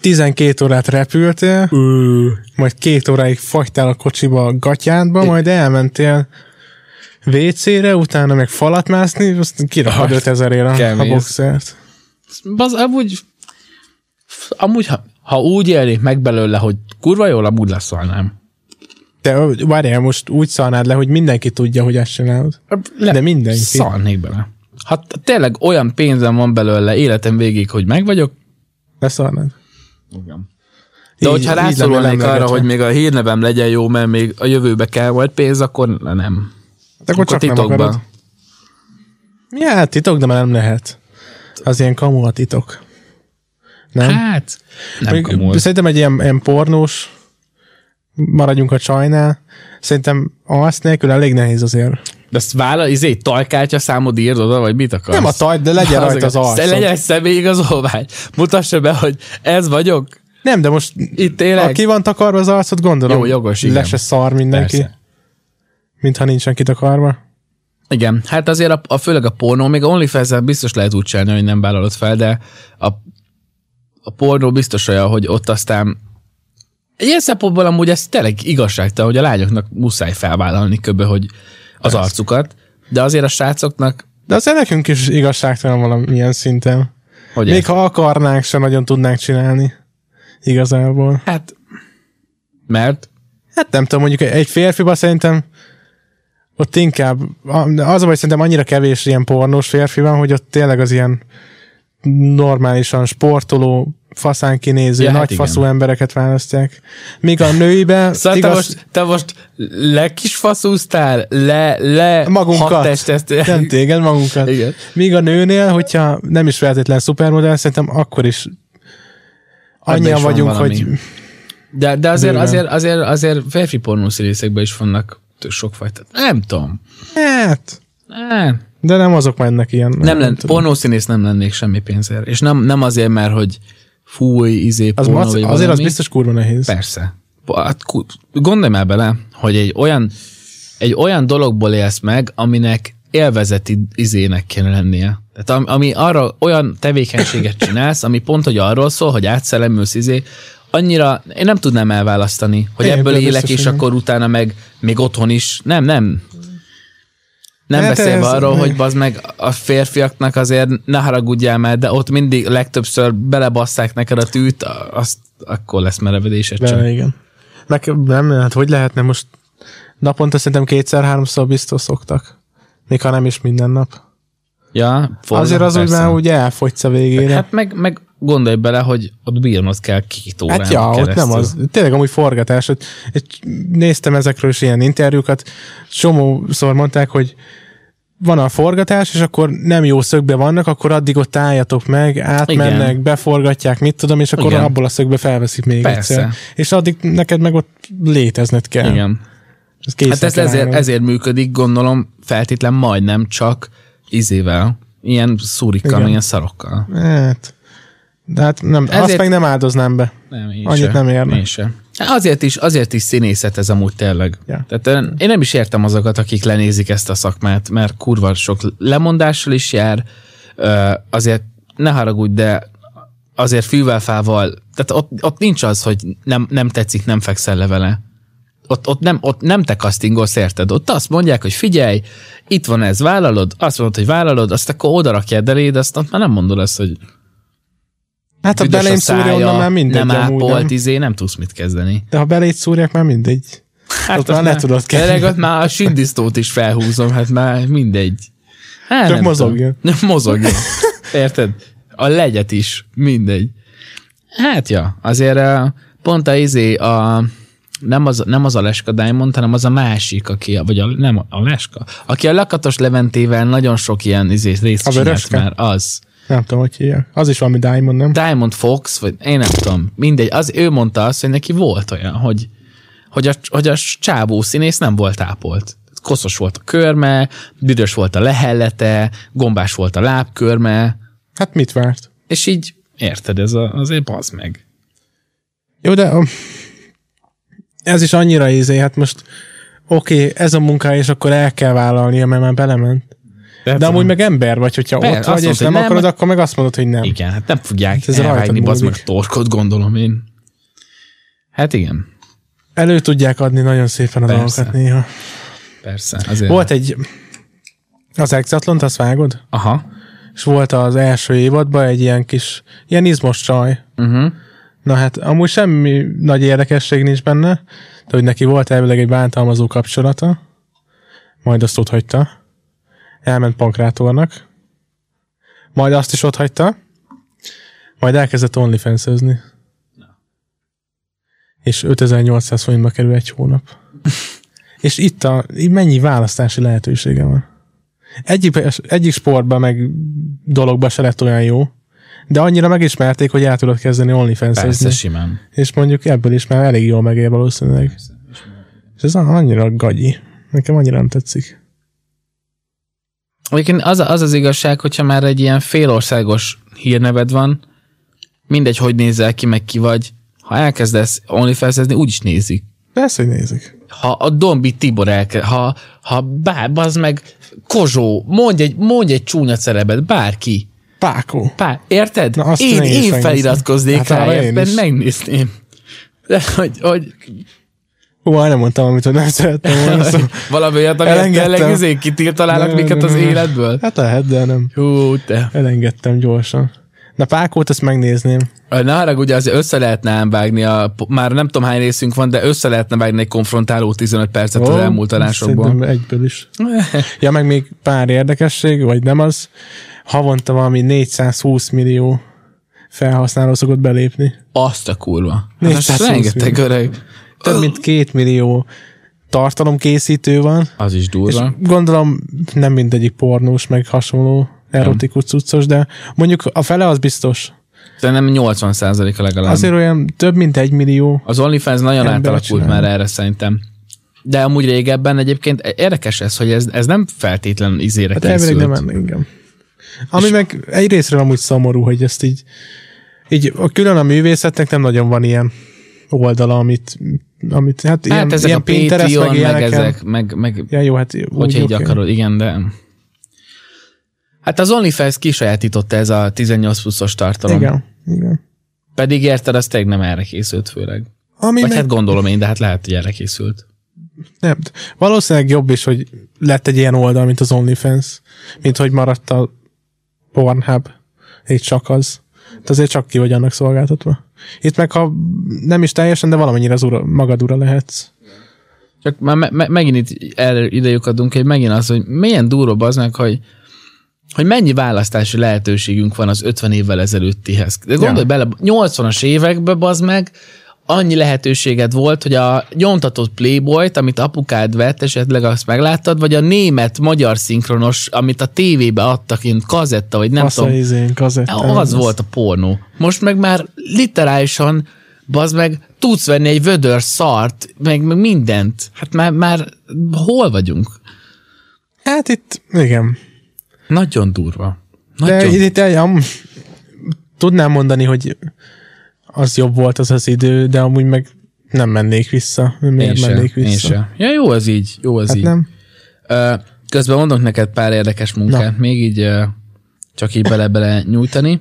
Speaker 2: 12 órát repültél,
Speaker 1: Ö,
Speaker 2: majd két óráig fagytál a kocsiba a gatyádba, majd elmentél WC-re, utána meg falat mászni, azt kirakod
Speaker 1: Hát,
Speaker 2: 5000 ére a
Speaker 1: kemény.
Speaker 2: boxert.
Speaker 1: az amúgy, amúgy ha, ha úgy élnék meg belőle, hogy kurva jól, amúgy leszalnám.
Speaker 2: Te ö, várjál, most úgy szalnád le, hogy mindenki tudja, hogy ezt csinálod.
Speaker 1: Le,
Speaker 2: De mindenki.
Speaker 1: Szalnék bele. Ha t- tényleg olyan pénzem van belőle életem végig, hogy megvagyok,
Speaker 2: Leszalnád.
Speaker 1: Igen. De hogyha
Speaker 2: Így- így lenne
Speaker 1: rászorulnék arra,
Speaker 2: lemlegetve.
Speaker 1: hogy még a hírnevem legyen jó, mert még a jövőbe kell majd pénz, akkor nem.
Speaker 2: Hát akkor csak nem
Speaker 1: titokban.
Speaker 2: akarod. Ja, hát titok, de már nem lehet. Az ilyen kamu a titok. Nem?
Speaker 1: Hát, nem
Speaker 2: Mondjuk
Speaker 1: komoly.
Speaker 2: Szerintem egy ilyen, ilyen pornós, maradjunk a csajnál, szerintem azt nélkül elég nehéz azért.
Speaker 1: De ezt vállal, izé, tajkátya számod írd oda, vagy mit akarsz?
Speaker 2: Nem a taj, de legyen rajta az
Speaker 1: igaz.
Speaker 2: arcod.
Speaker 1: Legyen egy személyigazolvány. Mutassa be, hogy ez vagyok,
Speaker 2: Nem, de most
Speaker 1: itt élek.
Speaker 2: ha ki van takarva az arcod, gondolom,
Speaker 1: Jó, jogos, igen.
Speaker 2: le se szar mindenki,
Speaker 1: Persze.
Speaker 2: mintha nincsen kitakarva.
Speaker 1: Igen, hát azért a, a főleg a pornó, még a onlyfans biztos lehet úgy csinálni, hogy nem vállalod fel, de a, a pornó biztos olyan, hogy ott aztán ilyen szempontból amúgy ez tényleg igazságtalan, hogy a lányoknak muszáj felvállalni köbbe, hogy az arcukat, de azért a srácoknak,
Speaker 2: De azért nekünk is igazságtalan valamilyen szinten.
Speaker 1: hogy
Speaker 2: Még
Speaker 1: ez,
Speaker 2: ha akarnánk, sem nagyon tudnánk csinálni. Igazából.
Speaker 1: hát, mert
Speaker 2: Hát nem tudom, mondjuk egy férfiba szerintem ott inkább, az a baj, szerintem annyira kevés ilyen pornós férfi van, hogy ott tényleg az ilyen normálisan sportoló, faszán kinéző,
Speaker 1: Ja,
Speaker 2: ja,
Speaker 1: hát
Speaker 2: nagy
Speaker 1: igen.
Speaker 2: faszú embereket választják. Míg a nőibe
Speaker 1: Szóval
Speaker 2: igaz,
Speaker 1: te most, te most le kisfaszúztál, le, le
Speaker 2: Magunkat.
Speaker 1: hattesteztél.
Speaker 2: nem téged magunkat.
Speaker 1: Igen.
Speaker 2: Míg a nőnél, hogyha nem is feltétlen szupermodell, szerintem akkor is annyian
Speaker 1: is van
Speaker 2: vagyunk,
Speaker 1: valami.
Speaker 2: hogy
Speaker 1: De, de azért,
Speaker 2: Bőven.
Speaker 1: azért, azért, azért férfi pornószínészekben is vannak t- sokfajta. Nem tudom.
Speaker 2: hát,
Speaker 1: Nem,
Speaker 2: de nem azok mennek ilyen.
Speaker 1: nem lenn,
Speaker 2: tudom.
Speaker 1: pornószínész nem lennék semmi pénzért. És nem, nem azért, mert hogy fúj, izé,
Speaker 2: az
Speaker 1: pornó,
Speaker 2: mac,
Speaker 1: vagy
Speaker 2: azért az
Speaker 1: valami.
Speaker 2: biztos kurva nehéz.
Speaker 1: Persze. Hát, ku- gondolj már bele, hogy egy olyan, egy olyan dologból élsz meg, aminek élvezeti izének kéne lennie. Tehát am- ami arra olyan tevékenységet csinálsz, ami pont, hogy arról szól, hogy átszellemülsz izé, annyira, én nem tudnám elválasztani, hogy
Speaker 2: Én
Speaker 1: ebből
Speaker 2: ebből
Speaker 1: élek,
Speaker 2: biztos,
Speaker 1: és
Speaker 2: hogy nem.
Speaker 1: akkor utána meg még otthon is. Nem, nem. Nem
Speaker 2: Hát
Speaker 1: beszélve
Speaker 2: ez-
Speaker 1: arról, hogy bazd meg a férfiaknak azért ne haragudjál már, de ott mindig legtöbbször belebasszák neked a tűt, a- azt akkor lesz merevedésed csak.
Speaker 2: Bele, igen. Meg nem, hát hogy lehetne most naponta szerintem kétszer-háromszor biztos szoktak. Még ha nem is minden nap.
Speaker 1: Ja, fordul,
Speaker 2: Azért az úgy
Speaker 1: persze.
Speaker 2: már úgy elfogysz a végére. Hát,
Speaker 1: Hát meg, meg gondolj bele, hogy ott bírnod kell két órán
Speaker 2: hát ja, ott
Speaker 1: keresztül.
Speaker 2: nem az. Tényleg amúgy forgatás. Ott, és néztem ezekről is ilyen interjúkat. Csomószor mondták, hogy van a forgatás, és akkor nem jó szögbe vannak, akkor addig ott álljatok meg, átmennek, Igen. beforgatják, mit tudom, és akkor
Speaker 1: Igen.
Speaker 2: Igen. abból a szögbe felveszik még
Speaker 1: Persze.
Speaker 2: egyszer. És addig neked meg ott létezned kell.
Speaker 1: Igen.
Speaker 2: És készen
Speaker 1: Hát ez
Speaker 2: kell
Speaker 1: ezért,
Speaker 2: állnod.
Speaker 1: ezért működik, gondolom, feltétlen majdnem csak izével, ilyen szúrikkal,
Speaker 2: Igen.
Speaker 1: meg ilyen szarokkal.
Speaker 2: Hát, de hát nem, ezért... azt
Speaker 1: Ezért-
Speaker 2: meg nem áldoznám be.
Speaker 1: Nem, én
Speaker 2: Annyit
Speaker 1: se.
Speaker 2: nem érne.
Speaker 1: Én se. Hát Azért is, azért is színészet ez amúgy tényleg.
Speaker 2: Ja.
Speaker 1: Tehát ö, én nem is értem azokat, akik lenézik ezt a szakmát, mert kurva sok lemondással is jár, ö, azért ne haragudj, de azért fűvelfával, tehát ott, ott nincs az, hogy nem, nem tetszik, nem fekszel le vele. Ott, ott, nem, ott nem te castingolsz, érted? Ott azt mondják, hogy figyelj, itt van ez, vállalod, azt mondod, hogy vállalod, azt akkor oda rakjad eléd, azt ott már nem mondod azt, hogy
Speaker 2: Hát ha
Speaker 1: büdös
Speaker 2: belém szúrja, onnan már mindegy.
Speaker 1: nem
Speaker 2: amúgy,
Speaker 1: ápolt,
Speaker 2: nem?
Speaker 1: izé, nem tudsz mit kezdeni.
Speaker 2: De ha beléd szúrják, már mindegy.
Speaker 1: Hát
Speaker 2: Ott már le tudod kezdeni.
Speaker 1: Tényleg ott már a sündisztót is felhúzom, hát már mindegy. Hát,
Speaker 2: Csak
Speaker 1: nem
Speaker 2: mozogjon.
Speaker 1: Tudom. Nem Mozogjon. Érted? A legyet is, mindegy. Hát ja, azért eh, pont a izé, a, nem az, nem az a Leska Diamond, hanem az a másik, aki, a- vagy a, nem a Leska, aki a Lakatos Leventével nagyon sok ilyen izé, részt
Speaker 2: A
Speaker 1: csinált
Speaker 2: Vöröske?
Speaker 1: már, az.
Speaker 2: Nem tudom, hogy hívják. Az is valami Diamond, nem?
Speaker 1: Diamond Fox, vagy én nem tudom, mindegy, az ő mondta azt, hogy neki volt olyan, hogy, hogy, a, hogy a csávó színész nem volt ápolt. Koszos volt a körme, büdös volt a lehellete, gombás volt a lábkörme,
Speaker 2: Hát mit várt?
Speaker 1: és így érted, ez a, azért az meg.
Speaker 2: Jó, de um, ez is annyira izé, hát most oké, okay, ez a munka, és akkor el kell vállalnia, mert már belement.
Speaker 1: hát
Speaker 2: De amúgy meg ember vagy, hogyha
Speaker 1: Persze,
Speaker 2: ott
Speaker 1: azt
Speaker 2: vagy, és
Speaker 1: mondta,
Speaker 2: nem,
Speaker 1: hogy nem,
Speaker 2: akarod, akkor meg azt mondod, hogy nem.
Speaker 1: Igen, hát nem fogják
Speaker 2: Ez
Speaker 1: ez
Speaker 2: rajtad
Speaker 1: elvágni, bazd meg a
Speaker 2: múlik.
Speaker 1: torkot, gondolom én. Hát igen,
Speaker 2: Elő tudják adni nagyon szépen a
Speaker 1: Persze.
Speaker 2: dolgokat néha.
Speaker 1: persze. Azért.
Speaker 2: Volt egy, az Exatlont, azt vágod?
Speaker 1: Aha.
Speaker 2: És volt az első évadban egy ilyen kis, ilyen izmos csaj.
Speaker 1: Uh-huh.
Speaker 2: Na hát, amúgy semmi nagy érdekesség nincs benne, de hogy neki volt elvileg egy bántalmazó kapcsolata, majd azt ott hagyta. Elment pankrátornak, majd azt is ott hagyta, majd elkezdett onlyfans És 5800 forintba kerül egy hónap. És itt a, így mennyi választási lehetősége van. Egyik, egyik sportban meg dologban se lett olyan jó, de annyira megismerték, hogy el tudod kezdeni onlyfans
Speaker 1: Persze, simán.
Speaker 2: és mondjuk ebből is már elég jól megér valószínűleg. És ez annyira gagyi. Nekem annyira nem tetszik.
Speaker 1: Egyébként az, az az igazság, hogyha már egy ilyen félországos hírneved van, mindegy, hogy nézel ki, meg ki vagy, ha elkezdesz onlyfans úgy is nézik.
Speaker 2: Persze, hogy nézik.
Speaker 1: Ha a Dombi Tibor elke, ha, ha bár, az meg Kozsó, mondj egy, mondj egy csúnya szerepet, bárki.
Speaker 2: Pákó.
Speaker 1: Pá, érted?
Speaker 2: Na, azt
Speaker 1: én,
Speaker 2: én is
Speaker 1: én
Speaker 2: megnézem.
Speaker 1: feliratkoznék
Speaker 2: Hát
Speaker 1: hát rá,
Speaker 2: arra én
Speaker 1: érted?
Speaker 2: is.
Speaker 1: Megnézném. De hogy, hogy
Speaker 2: Hú, nem mondtam, amit nem szerettem volna. Szóval.
Speaker 1: valami olyat, amit
Speaker 2: Elengedtem.
Speaker 1: tényleg izé kitiltalálnak
Speaker 2: Nem,
Speaker 1: minket
Speaker 2: nem,
Speaker 1: az
Speaker 2: nem.
Speaker 1: életből.
Speaker 2: Hát lehet, de nem.
Speaker 1: Hú, te.
Speaker 2: Elengedtem gyorsan. Na Pákót ezt megnézném.
Speaker 1: Ne haragudj, hát azért össze lehetne ám vágni, a, már nem tudom hány részünk van, de össze lehetne vágni egy konfrontáló 15 percet az
Speaker 2: Ó,
Speaker 1: elmúlt adásokból.
Speaker 2: Szerintem egyből is. Ja, meg még pár érdekesség, vagy nem az. Havonta valami 420 millió felhasználó szokott belépni.
Speaker 1: Azt a kurva. Hát
Speaker 2: Nézd,
Speaker 1: most
Speaker 2: hát
Speaker 1: rengeteg öreg.
Speaker 2: Több mint két millió tartalomkészítő van.
Speaker 1: Az is
Speaker 2: És
Speaker 1: durva.
Speaker 2: gondolom nem mindegyik pornós, meg hasonló erotikus cuccos, de mondjuk a fele az biztos.
Speaker 1: Szerintem 80 a legalább.
Speaker 2: Azért olyan több, mint egy millió.
Speaker 1: Az OnlyFans nagyon
Speaker 2: Ember
Speaker 1: átalakult
Speaker 2: csinálja.
Speaker 1: már erre szerintem. De amúgy régebben egyébként érdekes ez, hogy ez, ez nem feltétlen izére
Speaker 2: Hát
Speaker 1: készült.
Speaker 2: elvileg nem ennek, igen. Ami meg egy részről amúgy szomorú, hogy ezt így, így a külön a művészetnek nem nagyon van ilyen oldala, amit, amit hát, hát ilyen,
Speaker 1: Hát ezek
Speaker 2: ilyen
Speaker 1: a Patreon, meg,
Speaker 2: ilyeneken.
Speaker 1: ezek, meg, meg
Speaker 2: Ja, jó, hát
Speaker 1: Hogy
Speaker 2: úgy
Speaker 1: így
Speaker 2: oké.
Speaker 1: akarod, igen, de... Hát az OnlyFans kisajátította ez a 18 pluszos tartalom.
Speaker 2: Igen, igen.
Speaker 1: Pedig érted, az tényleg nem erre készült főleg.
Speaker 2: Ami
Speaker 1: Vagy
Speaker 2: meg,
Speaker 1: hát gondolom én, de hát lehet, hogy erre készült.
Speaker 2: nem, valószínűleg jobb is, hogy lett egy ilyen oldal, mint az OnlyFans, mint hogy maradt a Pornhub, és csak az. Tehát azért csak ki vagy annak szolgáltatva. Itt meg ha nem is teljesen, de valamennyire az ura, magad ura lehetsz.
Speaker 1: Csak már me- me- megint itt erre idejük adunk, hogy megint az, hogy milyen durva az meg, hogy, hogy mennyi választási lehetőségünk van az 50 évvel ezelőttihez. De gondolj
Speaker 2: Ja.
Speaker 1: bele, 80-as években bazd meg,
Speaker 3: annyi lehetőséged volt, hogy a nyomtatott Playboy-t, amit apukád vett, esetleg azt megláttad, vagy a német-magyar szinkronos, amit a tévébe adtak, én kazetta, vagy nem
Speaker 2: Azt a
Speaker 3: tudom.
Speaker 2: izén, kazettán.
Speaker 3: Az volt a pornó. Most meg már literálisan, bazd meg, tudsz venni egy vödör szart, meg, meg mindent. Hát már, már hol vagyunk?
Speaker 2: Hát itt, igen.
Speaker 1: Nagyon durva.
Speaker 2: De
Speaker 1: Nagyon.
Speaker 2: itt, itt am, tudnám mondani, hogy az jobb volt az az idő, de amúgy meg nem mennék vissza. Miért
Speaker 1: se,
Speaker 2: mennék
Speaker 1: én
Speaker 2: vissza?
Speaker 1: se. Ja, jó az így, jó az
Speaker 2: Hát
Speaker 1: így.
Speaker 2: nem?
Speaker 1: Ö, Közben mondok neked pár érdekes munkát,
Speaker 2: Na.
Speaker 1: még így ö, csak így bele-bele nyújtani.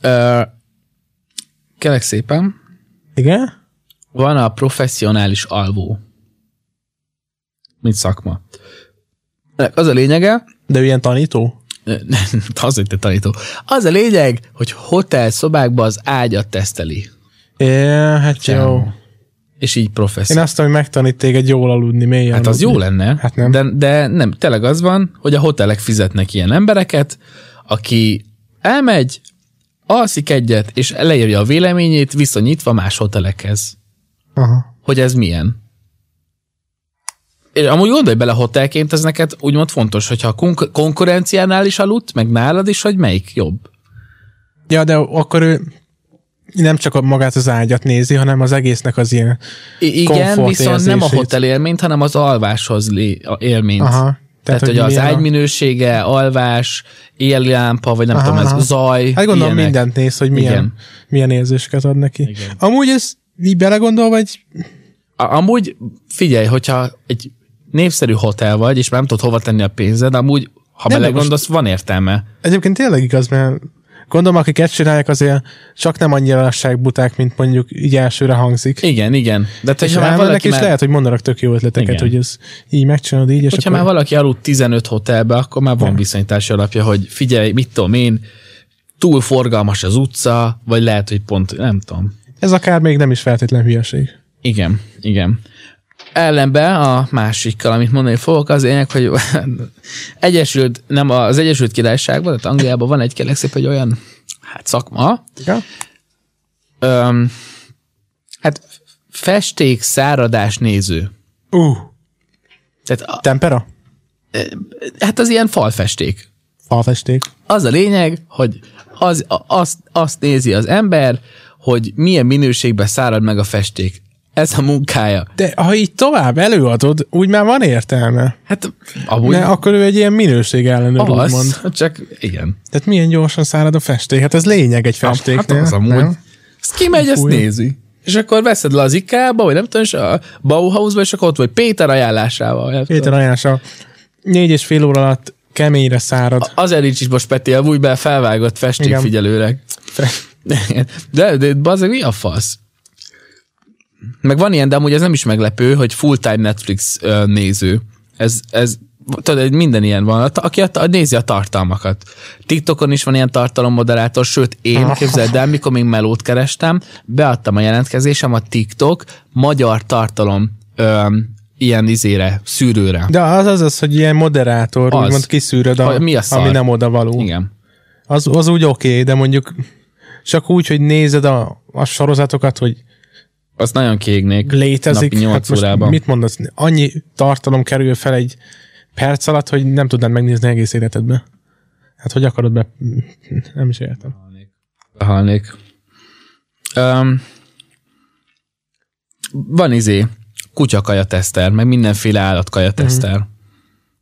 Speaker 1: Ö, Kérlek szépen,
Speaker 2: Igen?
Speaker 1: van a professzionális alvó. Mint szakma. Ennek Az a lényege,
Speaker 2: De ilyen tanító?
Speaker 1: Ö, nem, az, hogy te tanító. Az a lényeg, hogy hotel szobákban az ágyat teszteli.
Speaker 2: É, hát jó.
Speaker 1: És így professzionális.
Speaker 2: Én azt tudom, hogy megtanít téged jól aludni, mélyen
Speaker 1: Hát az jó lenne,
Speaker 2: Hát nem.
Speaker 1: De, de nem, tényleg az van, hogy a hotelek fizetnek ilyen embereket, aki elmegy, alszik egyet, és leírja a véleményét viszonyítva más hotelekhez,
Speaker 2: Aha.
Speaker 1: hogy ez milyen. És amúgy gondolj bele hotelként, ez neked úgymond fontos, hogyha a konk- konkurenciánál is aludt, meg nálad is, hogy melyik jobb.
Speaker 2: Ja, de akkor ő nem csak a- magát az ágyat nézi, hanem az egésznek az ilyen.
Speaker 1: I- igen,
Speaker 2: Komfort
Speaker 1: viszont nem a
Speaker 2: érzését.
Speaker 1: hotel élményt, hanem az alváshoz lé- a- élményt.
Speaker 2: Aha.
Speaker 1: Tehát, hogy, az
Speaker 2: milyen a-
Speaker 1: ágy minősége, alvás, éjjellámpa, vagy nem
Speaker 2: Aha,
Speaker 1: tudom, ez
Speaker 2: aha.
Speaker 1: zaj.
Speaker 2: Hát gondolom
Speaker 1: ilyenek.
Speaker 2: ilyenek. mindent néz, hogy milyen,
Speaker 1: Igen.
Speaker 2: Igen. milyen érzéseket ad neki.
Speaker 1: Igen.
Speaker 2: Igen. Amúgy ez így belegondolva, vagy
Speaker 1: A- Amúgy figyelj, hogyha egy népszerű hotel vagy, és már nem tudod hova tenni a pénzed, amúgy, ha
Speaker 2: Nem, de
Speaker 1: belegondolsz, van értelme.
Speaker 2: egyébként tényleg igaz, mert gondolom, akik ezt csinálják, azért csak nem annyira lasságbuták, mint mondjuk így elsőre hangzik.
Speaker 1: Igen, igen. De te,
Speaker 2: És
Speaker 1: ha már valaki,
Speaker 2: is
Speaker 1: már,
Speaker 2: lehet, hogy mondanak tök jó ötleteket,
Speaker 1: Igen.
Speaker 2: Igen. hogy ez így megcsinálod így, és
Speaker 1: hogyha
Speaker 2: akkor...
Speaker 1: már valaki aludt 15 hotelbe, akkor már van viszonyítási alapja, hogy figyelj, mit tudom én, túl forgalmas az utca, vagy lehet, hogy pont, nem tudom.
Speaker 2: Ez akár még nem is feltétlen hülyeség.
Speaker 1: Igen, igen. Ellenben a másikkal, amit mondani fogok, az lényeg, hogy Egyesült, nem az Egyesült Királyságban, tehát Angliában van egy kérlek szépen egy olyan hát szakma,
Speaker 2: Ja?
Speaker 1: öm, hát festék száradás néző.
Speaker 2: Uh,
Speaker 1: Tehát a,
Speaker 2: tempera?
Speaker 1: hát az ilyen falfesték.
Speaker 2: Falfesték.
Speaker 1: Az a lényeg, hogy az, a- azt, azt nézi az ember, hogy milyen minőségben szárad meg a festék. Ez a munkája.
Speaker 2: De ha így tovább előadod, úgy már van értelme.
Speaker 1: Hát amúgy
Speaker 2: Ne, akkor ő egy ilyen minőség ellenőr,
Speaker 1: az,
Speaker 2: úgymond.
Speaker 1: csak igen.
Speaker 2: Tehát milyen gyorsan szárad a festék? Hát ez lényeg egy festéknél.
Speaker 1: Hát az amúgy.
Speaker 2: nem?
Speaker 1: Ezt kimegy, ezt
Speaker 2: Fúj.
Speaker 1: nézi. És akkor veszed le az IKEA-ba, vagy nem tudom, és a Bauhausba, és akkor ott vagy Péter ajánlásával. Hát, nem
Speaker 2: Péter
Speaker 1: tudom.
Speaker 2: ajánlása. Négy és fél óra alatt keményre szárad.
Speaker 1: Azért nincs is most Peti a be felvágott
Speaker 2: Igen.
Speaker 1: festékfigyelőre. De, de bazeg, mi a fasz? Meg van ilyen, de amúgy ez nem is meglepő, hogy full-time Netflix ö, néző. Ez, ez tudod, hogy minden ilyen van, A- aki a, a, nézi a tartalmakat. TikTokon is van ilyen tartalommoderátor, sőt
Speaker 2: Ah.
Speaker 1: én, képzeld el, mikor még melót kerestem, beadtam a jelentkezésem a TikTok magyar tartalom ö, ilyen izére, szűrőre.
Speaker 2: De az az az, hogy ilyen moderátor,
Speaker 1: Az.
Speaker 2: az. úgymond kiszűröd, a,
Speaker 1: A- mi a szar?
Speaker 2: ami nem oda való.
Speaker 1: Igen.
Speaker 2: Az, az úgy oké, okay, de mondjuk csak úgy, hogy nézed a, a sorozatokat, hogy
Speaker 1: Azt nagyon kiégnék.
Speaker 2: létezik. Hát
Speaker 1: Napi nyolc
Speaker 2: most
Speaker 1: órában.
Speaker 2: Mit mondasz? Annyi tartalom kerül fel egy perc alatt, hogy nem tudnád megnézni egész életedbe. Hát hogy akarod be? Nem is értem.
Speaker 1: Halnék. Um, van izé, kutyakaja teszter, meg mindenféle állatkaja teszter.
Speaker 2: Mhm.
Speaker 1: Mm-hmm.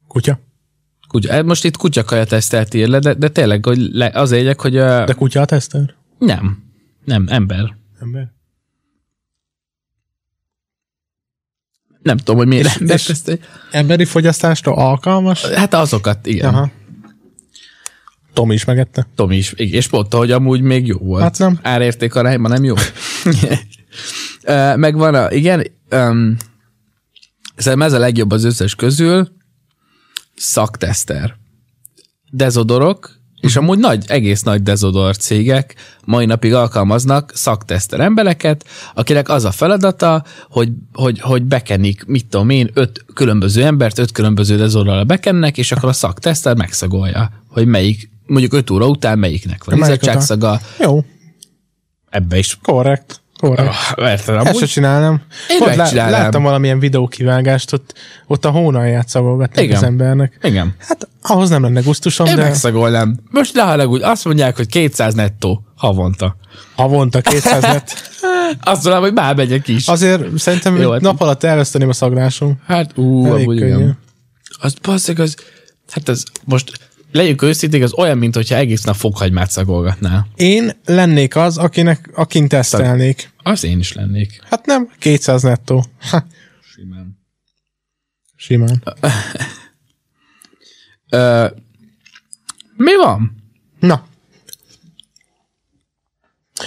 Speaker 2: Kutya?
Speaker 1: Kutya, hát most itt kutyakaja tesztelt ír le, de, de tényleg hogy le, az egyek, hogy uh,
Speaker 2: De kutya a teszter?
Speaker 1: nem, nem, ember.
Speaker 2: Ember?
Speaker 1: Nem tudom, hogy miért ember
Speaker 2: és-
Speaker 1: teszteli.
Speaker 2: Emberi fogyasztásra alkalmas?
Speaker 1: Hát azokat, igen. Aha.
Speaker 2: Aha. Tom is megette.
Speaker 1: Tom is. ig- És mondta, hogy amúgy még jó volt.
Speaker 2: Hát nem.
Speaker 1: Árérték arányban nem jó. Ö, Meg van a, igen, um, szerintem ez a legjobb az összes közül, szakteszter. Dezodorok, és amúgy nagy, egész nagy dezodor cégek mai napig alkalmaznak szakteszter embereket, akinek az a feladata, hogy, hogy, hogy bekenik, mit tudom én, öt különböző embert, öt különböző dezodorral bekennek, és akkor a szakteszter megszagolja, hogy melyik, mondjuk öt óra után melyiknek van
Speaker 2: Melyik
Speaker 1: izzadságszaga,
Speaker 2: Jó,
Speaker 1: ebbe is
Speaker 2: korrekt. Óra.
Speaker 1: Ah, Érted,
Speaker 2: Ezt se
Speaker 1: amúgy?
Speaker 2: csinálnám.
Speaker 1: Én
Speaker 2: Ott
Speaker 1: megcsinálnám.
Speaker 2: láttam valamilyen videókivágást, ott, ott a hónal játszabolgatnak
Speaker 1: Igen.
Speaker 2: az embernek.
Speaker 1: Igen.
Speaker 2: Hát ahhoz nem lenne gusztusom,
Speaker 1: Én
Speaker 2: de
Speaker 1: megszagolnám. Most ne haragudj, azt mondják, hogy 200 nettó havonta.
Speaker 2: havonta 200 lett.
Speaker 1: Azt mondom, hogy már megyek is.
Speaker 2: Azért szerintem
Speaker 1: Jó,
Speaker 2: egy
Speaker 1: hát-
Speaker 2: nap alatt elveszteném a szaglásom.
Speaker 1: Hát, ú,
Speaker 2: Elég
Speaker 1: amúgy
Speaker 2: könnyű.
Speaker 1: igen. Az basszeg, az, hát ez most legyünk őszinték, az olyan, mint hogyha egész nap fokhagymát szagolgatnál.
Speaker 2: Én lennék az, akinek, akin tesztelnék.
Speaker 1: Az én is lennék.
Speaker 2: Hát nem, 200 nettó. Ha,
Speaker 1: Simán.
Speaker 2: simán.
Speaker 1: Ö, mi van?
Speaker 2: Na.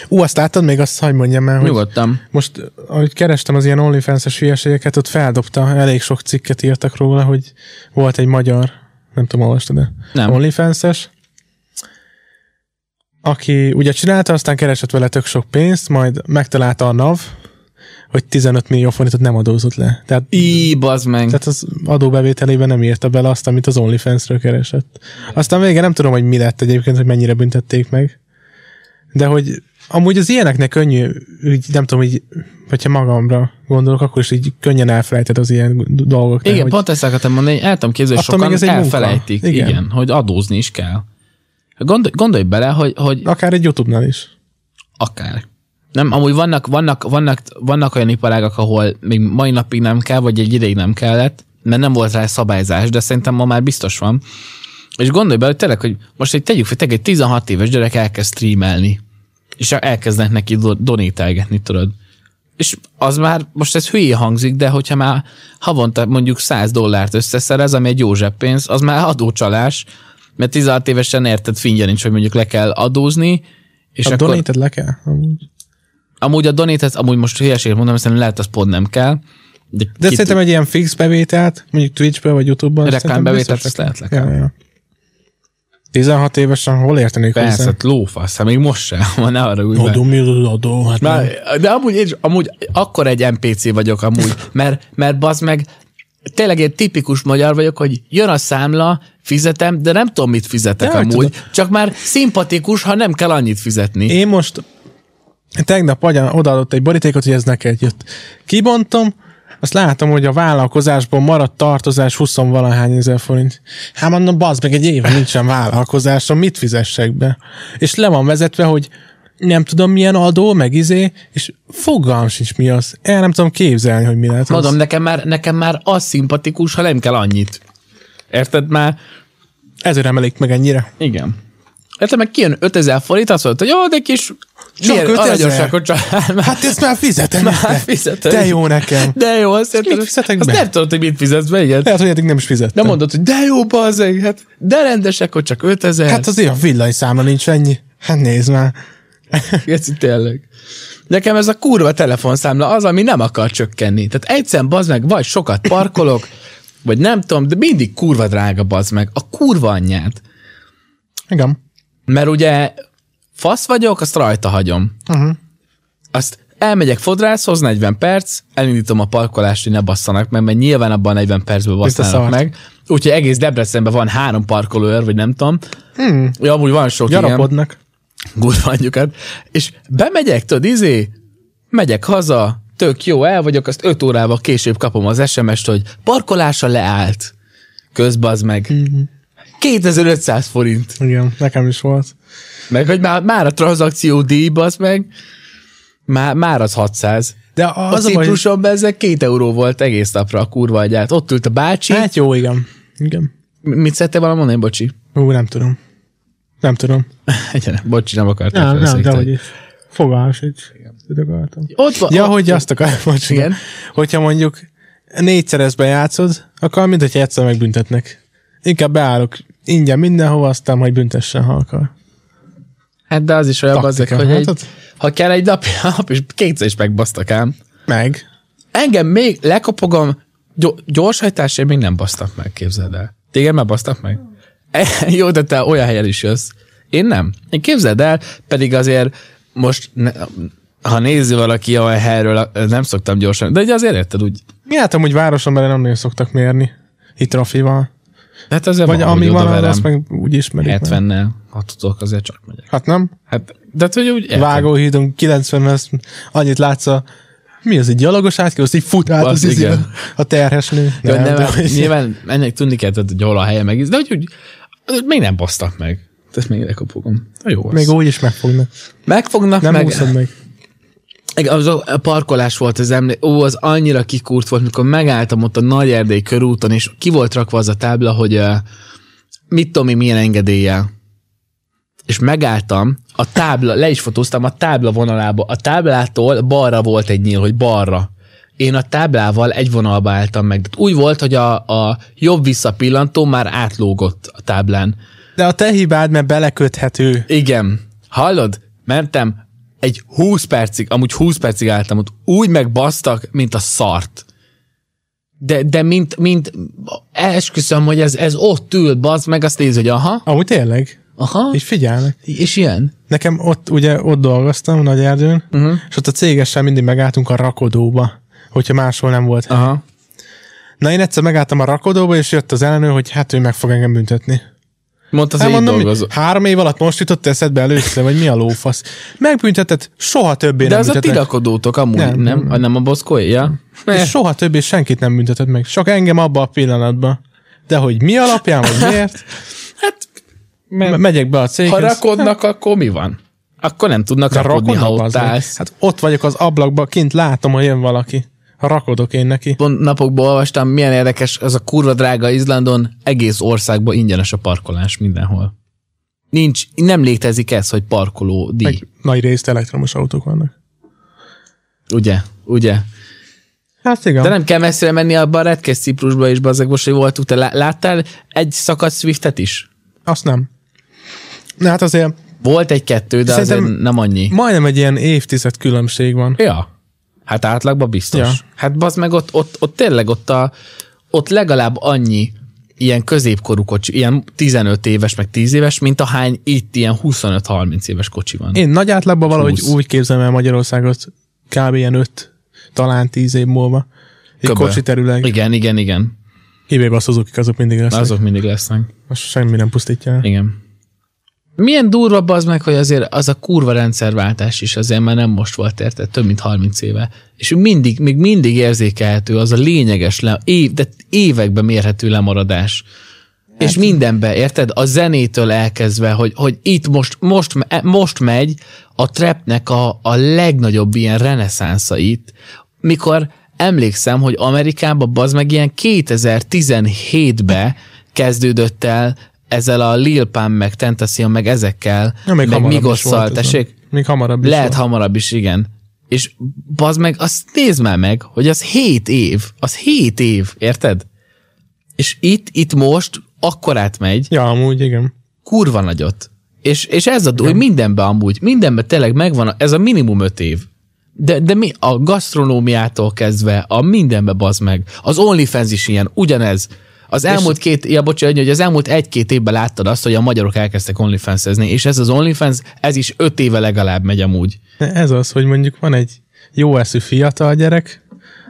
Speaker 2: Ú, azt látod még azt, hogy mondjam el, hogy
Speaker 1: Nyugodtan.
Speaker 2: most, ahogy kerestem az ilyen OnlyFans-es hülyeségeket, ott feldobta, elég sok cikket írtak róla, hogy volt egy magyar, nem tudom, olvastad de
Speaker 1: Nem.
Speaker 2: OnlyFans-es, aki ugye csinálta, aztán keresett vele tök sok pénzt, majd megtalálta a NAV, hogy 15 millió forintot nem adózott le. Tehát,
Speaker 1: Í, bazd meg.
Speaker 2: tehát az adóbevételében nem írta bele azt, amit az OnlyFans-ről keresett. Aztán végén nem tudom, hogy mi lett egyébként, hogy mennyire büntették meg. De hogy amúgy az ilyeneknek könnyű, úgy, nem tudom, így, hogyha magamra gondolok, akkor is így könnyen elfelejted az ilyen dolgok.
Speaker 1: Igen, pont ezt akartam mondani, hogy el tudom képzelni, hogy
Speaker 2: Attól
Speaker 1: sokan
Speaker 2: még ez egy munka.
Speaker 1: elfelejtik.
Speaker 2: Igen.
Speaker 1: Igen. igen. hogy adózni is kell. Gondolj, gondolj bele, hogy, hogy
Speaker 2: Akár egy YouTube-nál is.
Speaker 1: akár. Nem, amúgy vannak, vannak, vannak, vannak olyan iparágak, ahol még mai napig nem kell, vagy egy ideig nem kellett, mert nem volt rá szabályzás, de szerintem ma már biztos van. És gondolj bele, hogy tényleg, hogy most egy tegyük, hogy tényleg egy 16 éves gyerek elkezd streamelni, és elkezdenek neki do- donítálgatni, tudod. És az már, most ez hülye hangzik, de hogyha már havonta mondjuk 100 dollárt összeszerez, ami egy jó zseppénz, az már adócsalás, mert 16 évesen érted fingya nincs, hogy mondjuk le kell adózni, és
Speaker 2: És a
Speaker 1: akkor...
Speaker 2: akkor... Hát le kell? Amúgy.
Speaker 1: Amúgy a donét, ez amúgy most hülyeséget mondom, hiszen lehet, az pont nem kell. De,
Speaker 2: De Kit... szerintem egy ilyen fix bevételt, mondjuk Twitch-ből vagy YouTube-ban. azt szerintem
Speaker 1: Reklámbevételt
Speaker 2: biztos
Speaker 1: azt lehet
Speaker 2: le kell. Ja, ja. 16 évesen hol értenék
Speaker 1: Persze,
Speaker 2: hozzá?
Speaker 1: hát lófasz, hát még most sem, van ne arra úgy
Speaker 2: Adó, mi az adó? Hát nem.
Speaker 1: Már, de amúgy, én, is- amúgy akkor egy NPC vagyok amúgy, mert, mert bazd meg, tényleg egy tipikus magyar vagyok, hogy jön a számla, fizetem, de nem tudom, mit fizetek
Speaker 2: De,
Speaker 1: de,
Speaker 2: hogy
Speaker 1: amúgy. Csak már szimpatikus, ha nem kell annyit fizetni.
Speaker 2: Én most tegnap anya odaadott egy borítékot, hogy ez neked jött. Kibontom, azt látom, hogy a vállalkozásból maradt tartozás 20 valahány ezer forint. Hát mondom, bazd meg, egy éve nincsen vállalkozásom, mit fizessek be? És le van vezetve, hogy nem tudom milyen adó, meg izé, és fogalm sincs mi az. El nem tudom képzelni, hogy mi lehet az.
Speaker 1: Mondom, nekem már, nekem már az szimpatikus, ha nem kell annyit. Érted? Már
Speaker 2: Ezért emelik meg ennyire.
Speaker 1: Igen. Érted, meg kijön 5000 forint, azt mondta, hogy jó, de kis...
Speaker 2: Csak
Speaker 1: miért?
Speaker 2: 5000?
Speaker 1: Aranyosságot csinál, már
Speaker 2: Hát ezt már fizetem. érte.
Speaker 1: fizeted.
Speaker 2: De jó nekem.
Speaker 1: De jó, azt érted,
Speaker 2: mit fizetek
Speaker 1: azt
Speaker 2: be?
Speaker 1: nem tudod, hogy mit fizetsz be, igen.
Speaker 2: Lehet, hát, hogy eddig nem is fizettem.
Speaker 1: Nem mondod, hogy de jó, bazeg, hát de rendesek, hogy csak 5000.
Speaker 2: Hát
Speaker 1: Hát az...
Speaker 2: azért a villanyszámla nincs ennyi. Hát nézd már.
Speaker 1: Geci, tényleg. Nekem ez a kurva telefonszámla az, ami nem akar csökkenni. Tehát egyszer, bazd meg, vagy sokat parkolok, vagy nem tudom, de mindig kurva drága, bazd meg. A kurva anyját.
Speaker 2: Igen.
Speaker 1: Mert ugye fasz vagyok, azt rajta hagyom. Uh-huh. Azt elmegyek fodrászhoz, 40 perc, elindítom a parkolást, hogy ne basszanak meg, mert nyilván abban a 40 percben basszanak
Speaker 2: szart.
Speaker 1: meg. Úgyhogy egész Debrecenben van három parkolóőr, vagy nem tudom. Hmm. Ja, amúgy van sok ilyen
Speaker 2: Gyarapodnak.
Speaker 1: kurva anyjukat, és bemegyek, tudod, izé, megyek haza, tök jó, el vagyok, azt 5 órával később kapom az SMS-t, hogy parkolása leállt. Közbazd meg. 2500 forint.
Speaker 2: Igen, nekem is volt.
Speaker 1: Meg, hogy már, már a tranzakció díj, az meg, már, már az 600.
Speaker 2: De
Speaker 1: A az
Speaker 2: az a baj, hogy...
Speaker 1: Cipruson ezek két euró volt egész napra a kurva agyát. Ott ült a bácsi. Hát,
Speaker 2: Hát jó, igen. Igen.
Speaker 1: mit szedte valami mondani, bocsi?
Speaker 2: Ú, nem tudom. Nem tudom.
Speaker 1: Igen, bocsi, nem akartam
Speaker 2: Nem, nem, de
Speaker 1: felszegteni.
Speaker 2: hogy is. Fogalmas, hogy akartam.
Speaker 1: Ott van,
Speaker 2: Ja,
Speaker 1: ott,
Speaker 2: hogy azt akarom, hogy igen.
Speaker 1: Igen.
Speaker 2: Hogyha mondjuk négyszerezbe játszod, akkor mint hogyha egyszer megbüntetnek. Inkább beállok ingyen mindenhova, aztán majd büntessen, ha akar.
Speaker 1: Hát de az is olyan
Speaker 2: Taktika,
Speaker 1: bazdek, hogy
Speaker 2: hát
Speaker 1: egy,
Speaker 2: ott-
Speaker 1: ha kell egy nap, nap és kétszer is megbasztak ám.
Speaker 2: Meg.
Speaker 1: Engem még lekopogom, gyo- gyorshajtásért még nem basztak meg, képzeld el. Téged már basztak meg? E, Jó, de te olyan helyen is jössz. Én nem. Én képzeld el, pedig azért most, ne, ha nézi valaki olyan helyről, nem szoktam gyorsan, de ugye azért érted úgy.
Speaker 2: Mi hát amúgy városon belül nem nagyon szoktak mérni. Itt trafival.
Speaker 4: De hát ezzel
Speaker 2: Vagy
Speaker 4: valahogy
Speaker 2: ami van, arra,
Speaker 4: odaverem.
Speaker 2: azt meg úgy ismerik. meg.
Speaker 4: 70-nel, ha tudok, azért csak megyek.
Speaker 2: Hát nem?
Speaker 4: Hát, de hát, hogy úgy érted.
Speaker 2: Vágóhídon 90 ezt annyit látsz a mi az, egy gyalogos átkelő, azt így fut át
Speaker 4: Hát Az
Speaker 2: az, az
Speaker 4: igen.
Speaker 2: a terhes nő.
Speaker 4: Jó, nem,
Speaker 2: de-
Speaker 4: nem, nyilván ennek tudni kell, tehát, hogy hol a helye meg is, de hogy úgy, hogy még nem basztak meg. Tehát még lekopogom. Na, Jó az.
Speaker 2: Még úgy is megfognak.
Speaker 4: Megfognak
Speaker 2: Nem
Speaker 4: meg.
Speaker 2: úszod meg.
Speaker 1: Igen, Az a a parkolás volt az emlé... Ó, az annyira kikúrt volt, mikor megálltam ott a Nagy Erdély körúton, és ki volt rakva az a tábla, hogy uh, mit tudom én, milyen engedéllyel. És megálltam, a tábla, le is fotóztam a tábla vonalába. A táblától balra volt egy nyíl, hogy balra. Én a táblával egy vonalba álltam meg. Tehát Úgy volt, hogy a, a jobb visszapillantó már átlógott a táblán.
Speaker 2: De a te hibád, mert beleköthető.
Speaker 1: Igen. Hallod? Mentem egy 20 percig, amúgy 20 percig álltam ott, úgy megbasztak, mint a szart. De, de mint, mint, esküszöm, hogy ez, ez ott ül, bazd meg, azt néz, hogy aha,
Speaker 2: Amúgy tényleg.
Speaker 1: aha,
Speaker 2: Így figyelnek.
Speaker 1: és ilyen.
Speaker 2: Nekem ott, ugye, ott dolgoztam, Nagy Erdőn,
Speaker 4: Mhm.
Speaker 2: uh-huh. és ott a cégessel mindig megálltunk a rakodóba, hogyha máshol nem volt.
Speaker 4: Ah.
Speaker 2: hely.
Speaker 1: Aha.
Speaker 2: Na én egyszer megálltam a rakodóba, és jött az elnő, hogy hát ő meg fog engem büntetni.
Speaker 4: Mondta, az
Speaker 2: Hát
Speaker 4: így
Speaker 2: mondom, hogy
Speaker 4: dolgozó.
Speaker 2: három év alatt most jutott eszedbe először, vagy mi a lófasz? Megbüntetett, soha többé
Speaker 4: De
Speaker 2: nem
Speaker 4: az a ti
Speaker 2: büntetett.
Speaker 4: rakodótok amúgy,
Speaker 2: Nem,
Speaker 4: nem? Nem, nem, nem a boszkói, ja?
Speaker 2: És soha többé senkit nem büntetett meg. Csak engem abba a pillanatban. De hogy mi alapján, vagy miért?
Speaker 4: Hát,
Speaker 2: Me- megyek be a
Speaker 4: ha
Speaker 2: céghez.
Speaker 4: rakodnak, akkor mi van? Akkor nem tudnak
Speaker 2: De
Speaker 4: rakodni, ha
Speaker 2: rakodnak,
Speaker 4: ott
Speaker 2: az meg.
Speaker 4: állsz.
Speaker 2: Hát ott vagyok az ablakban, kint látom, hogy jön valaki. Ha rakodok én neki.
Speaker 1: Pont napokban olvastam, milyen érdekes, az a kurva drága Izlandon, egész országban ingyenes a parkolás mindenhol. Nincs, nem létezik ez, hogy parkoló díj.
Speaker 2: Meg nagy részt elektromos autók vannak.
Speaker 1: Ugye, ugye.
Speaker 2: Hát igen.
Speaker 1: De nem kell messzire menni abba a retkes Ciprusba is, bazeg most, hogy voltunk. Te lá- láttál egy szakasz Swiftet is?
Speaker 2: Azt nem. Na hát azért
Speaker 1: Volt egy-kettő, de
Speaker 2: Szerintem-
Speaker 1: azért nem annyi.
Speaker 2: majdnem egy ilyen évtized különbség van.
Speaker 1: Ja. Hát átlagban biztos.
Speaker 2: Ja.
Speaker 1: Ja. Hát bazd meg ott, ott, ott tényleg ott, a, ott legalább annyi ilyen középkorú kocsi, ilyen 15 éves, meg 10 éves, mint ahány itt ilyen 25-30 éves kocsi van.
Speaker 2: Én nagy átlagban valahogy
Speaker 1: 20.
Speaker 2: úgy képzelem el Magyarországot kb. ilyen 5, talán 10 év múlva. Egy
Speaker 1: Köbö.
Speaker 2: kocsi terüleg.
Speaker 1: Igen, igen, igen.
Speaker 2: Hibébe a Suzuki, azok mindig lesznek. Azok.
Speaker 1: Azok mindig lesznek.
Speaker 2: Most semmi nem pusztítja. el.
Speaker 1: Igen. Milyen durva az meg, hogy azért az a kurva rendszerváltás is azért már nem most volt érted, több mint 30 éve. És mindig, még mindig érzékelhető az a lényeges, le, év, de években mérhető lemaradás.
Speaker 2: Hát-
Speaker 1: És mindenbe, érted? A zenétől elkezdve, hogy, hogy itt most, most, me- most megy a trapnek a, a legnagyobb ilyen reneszánsza itt, mikor emlékszem, hogy Amerikában bazd meg ilyen 2017-be kezdődött el ezzel a Lil Pump, meg Tentacion, meg ezekkel,
Speaker 2: Na, még
Speaker 1: meg
Speaker 2: hamarabb is volt
Speaker 1: Migosszal,
Speaker 2: ez, nem?
Speaker 1: tessék?
Speaker 2: Még hamarabb is
Speaker 1: Lehet
Speaker 2: volt.
Speaker 1: hamarabb is, igen. És bazd meg, azt nézd már meg, hogy az 7 év, az 7 év, érted? És itt, itt most akkorát megy,
Speaker 2: Ja, amúgy igen.
Speaker 1: kurva nagyot. És, és ez a dolog, hogy mindenben amúgy, mindenben tényleg megvan, a- ez a minimum öt év. De, de mi a gasztronómiától kezdve, a mindenbe bazd meg. Az OnlyFans is ilyen, ugyanez. Az elmúlt két, ja bocsánat, hogy az elmúlt egy-két évben láttad azt, hogy a magyarok elkezdtek OnlyFans-ezni, és ez az OnlyFans, ez is öt éve legalább megy amúgy.
Speaker 2: De Ez az, hogy mondjuk van egy jó eszű fiatal gyerek,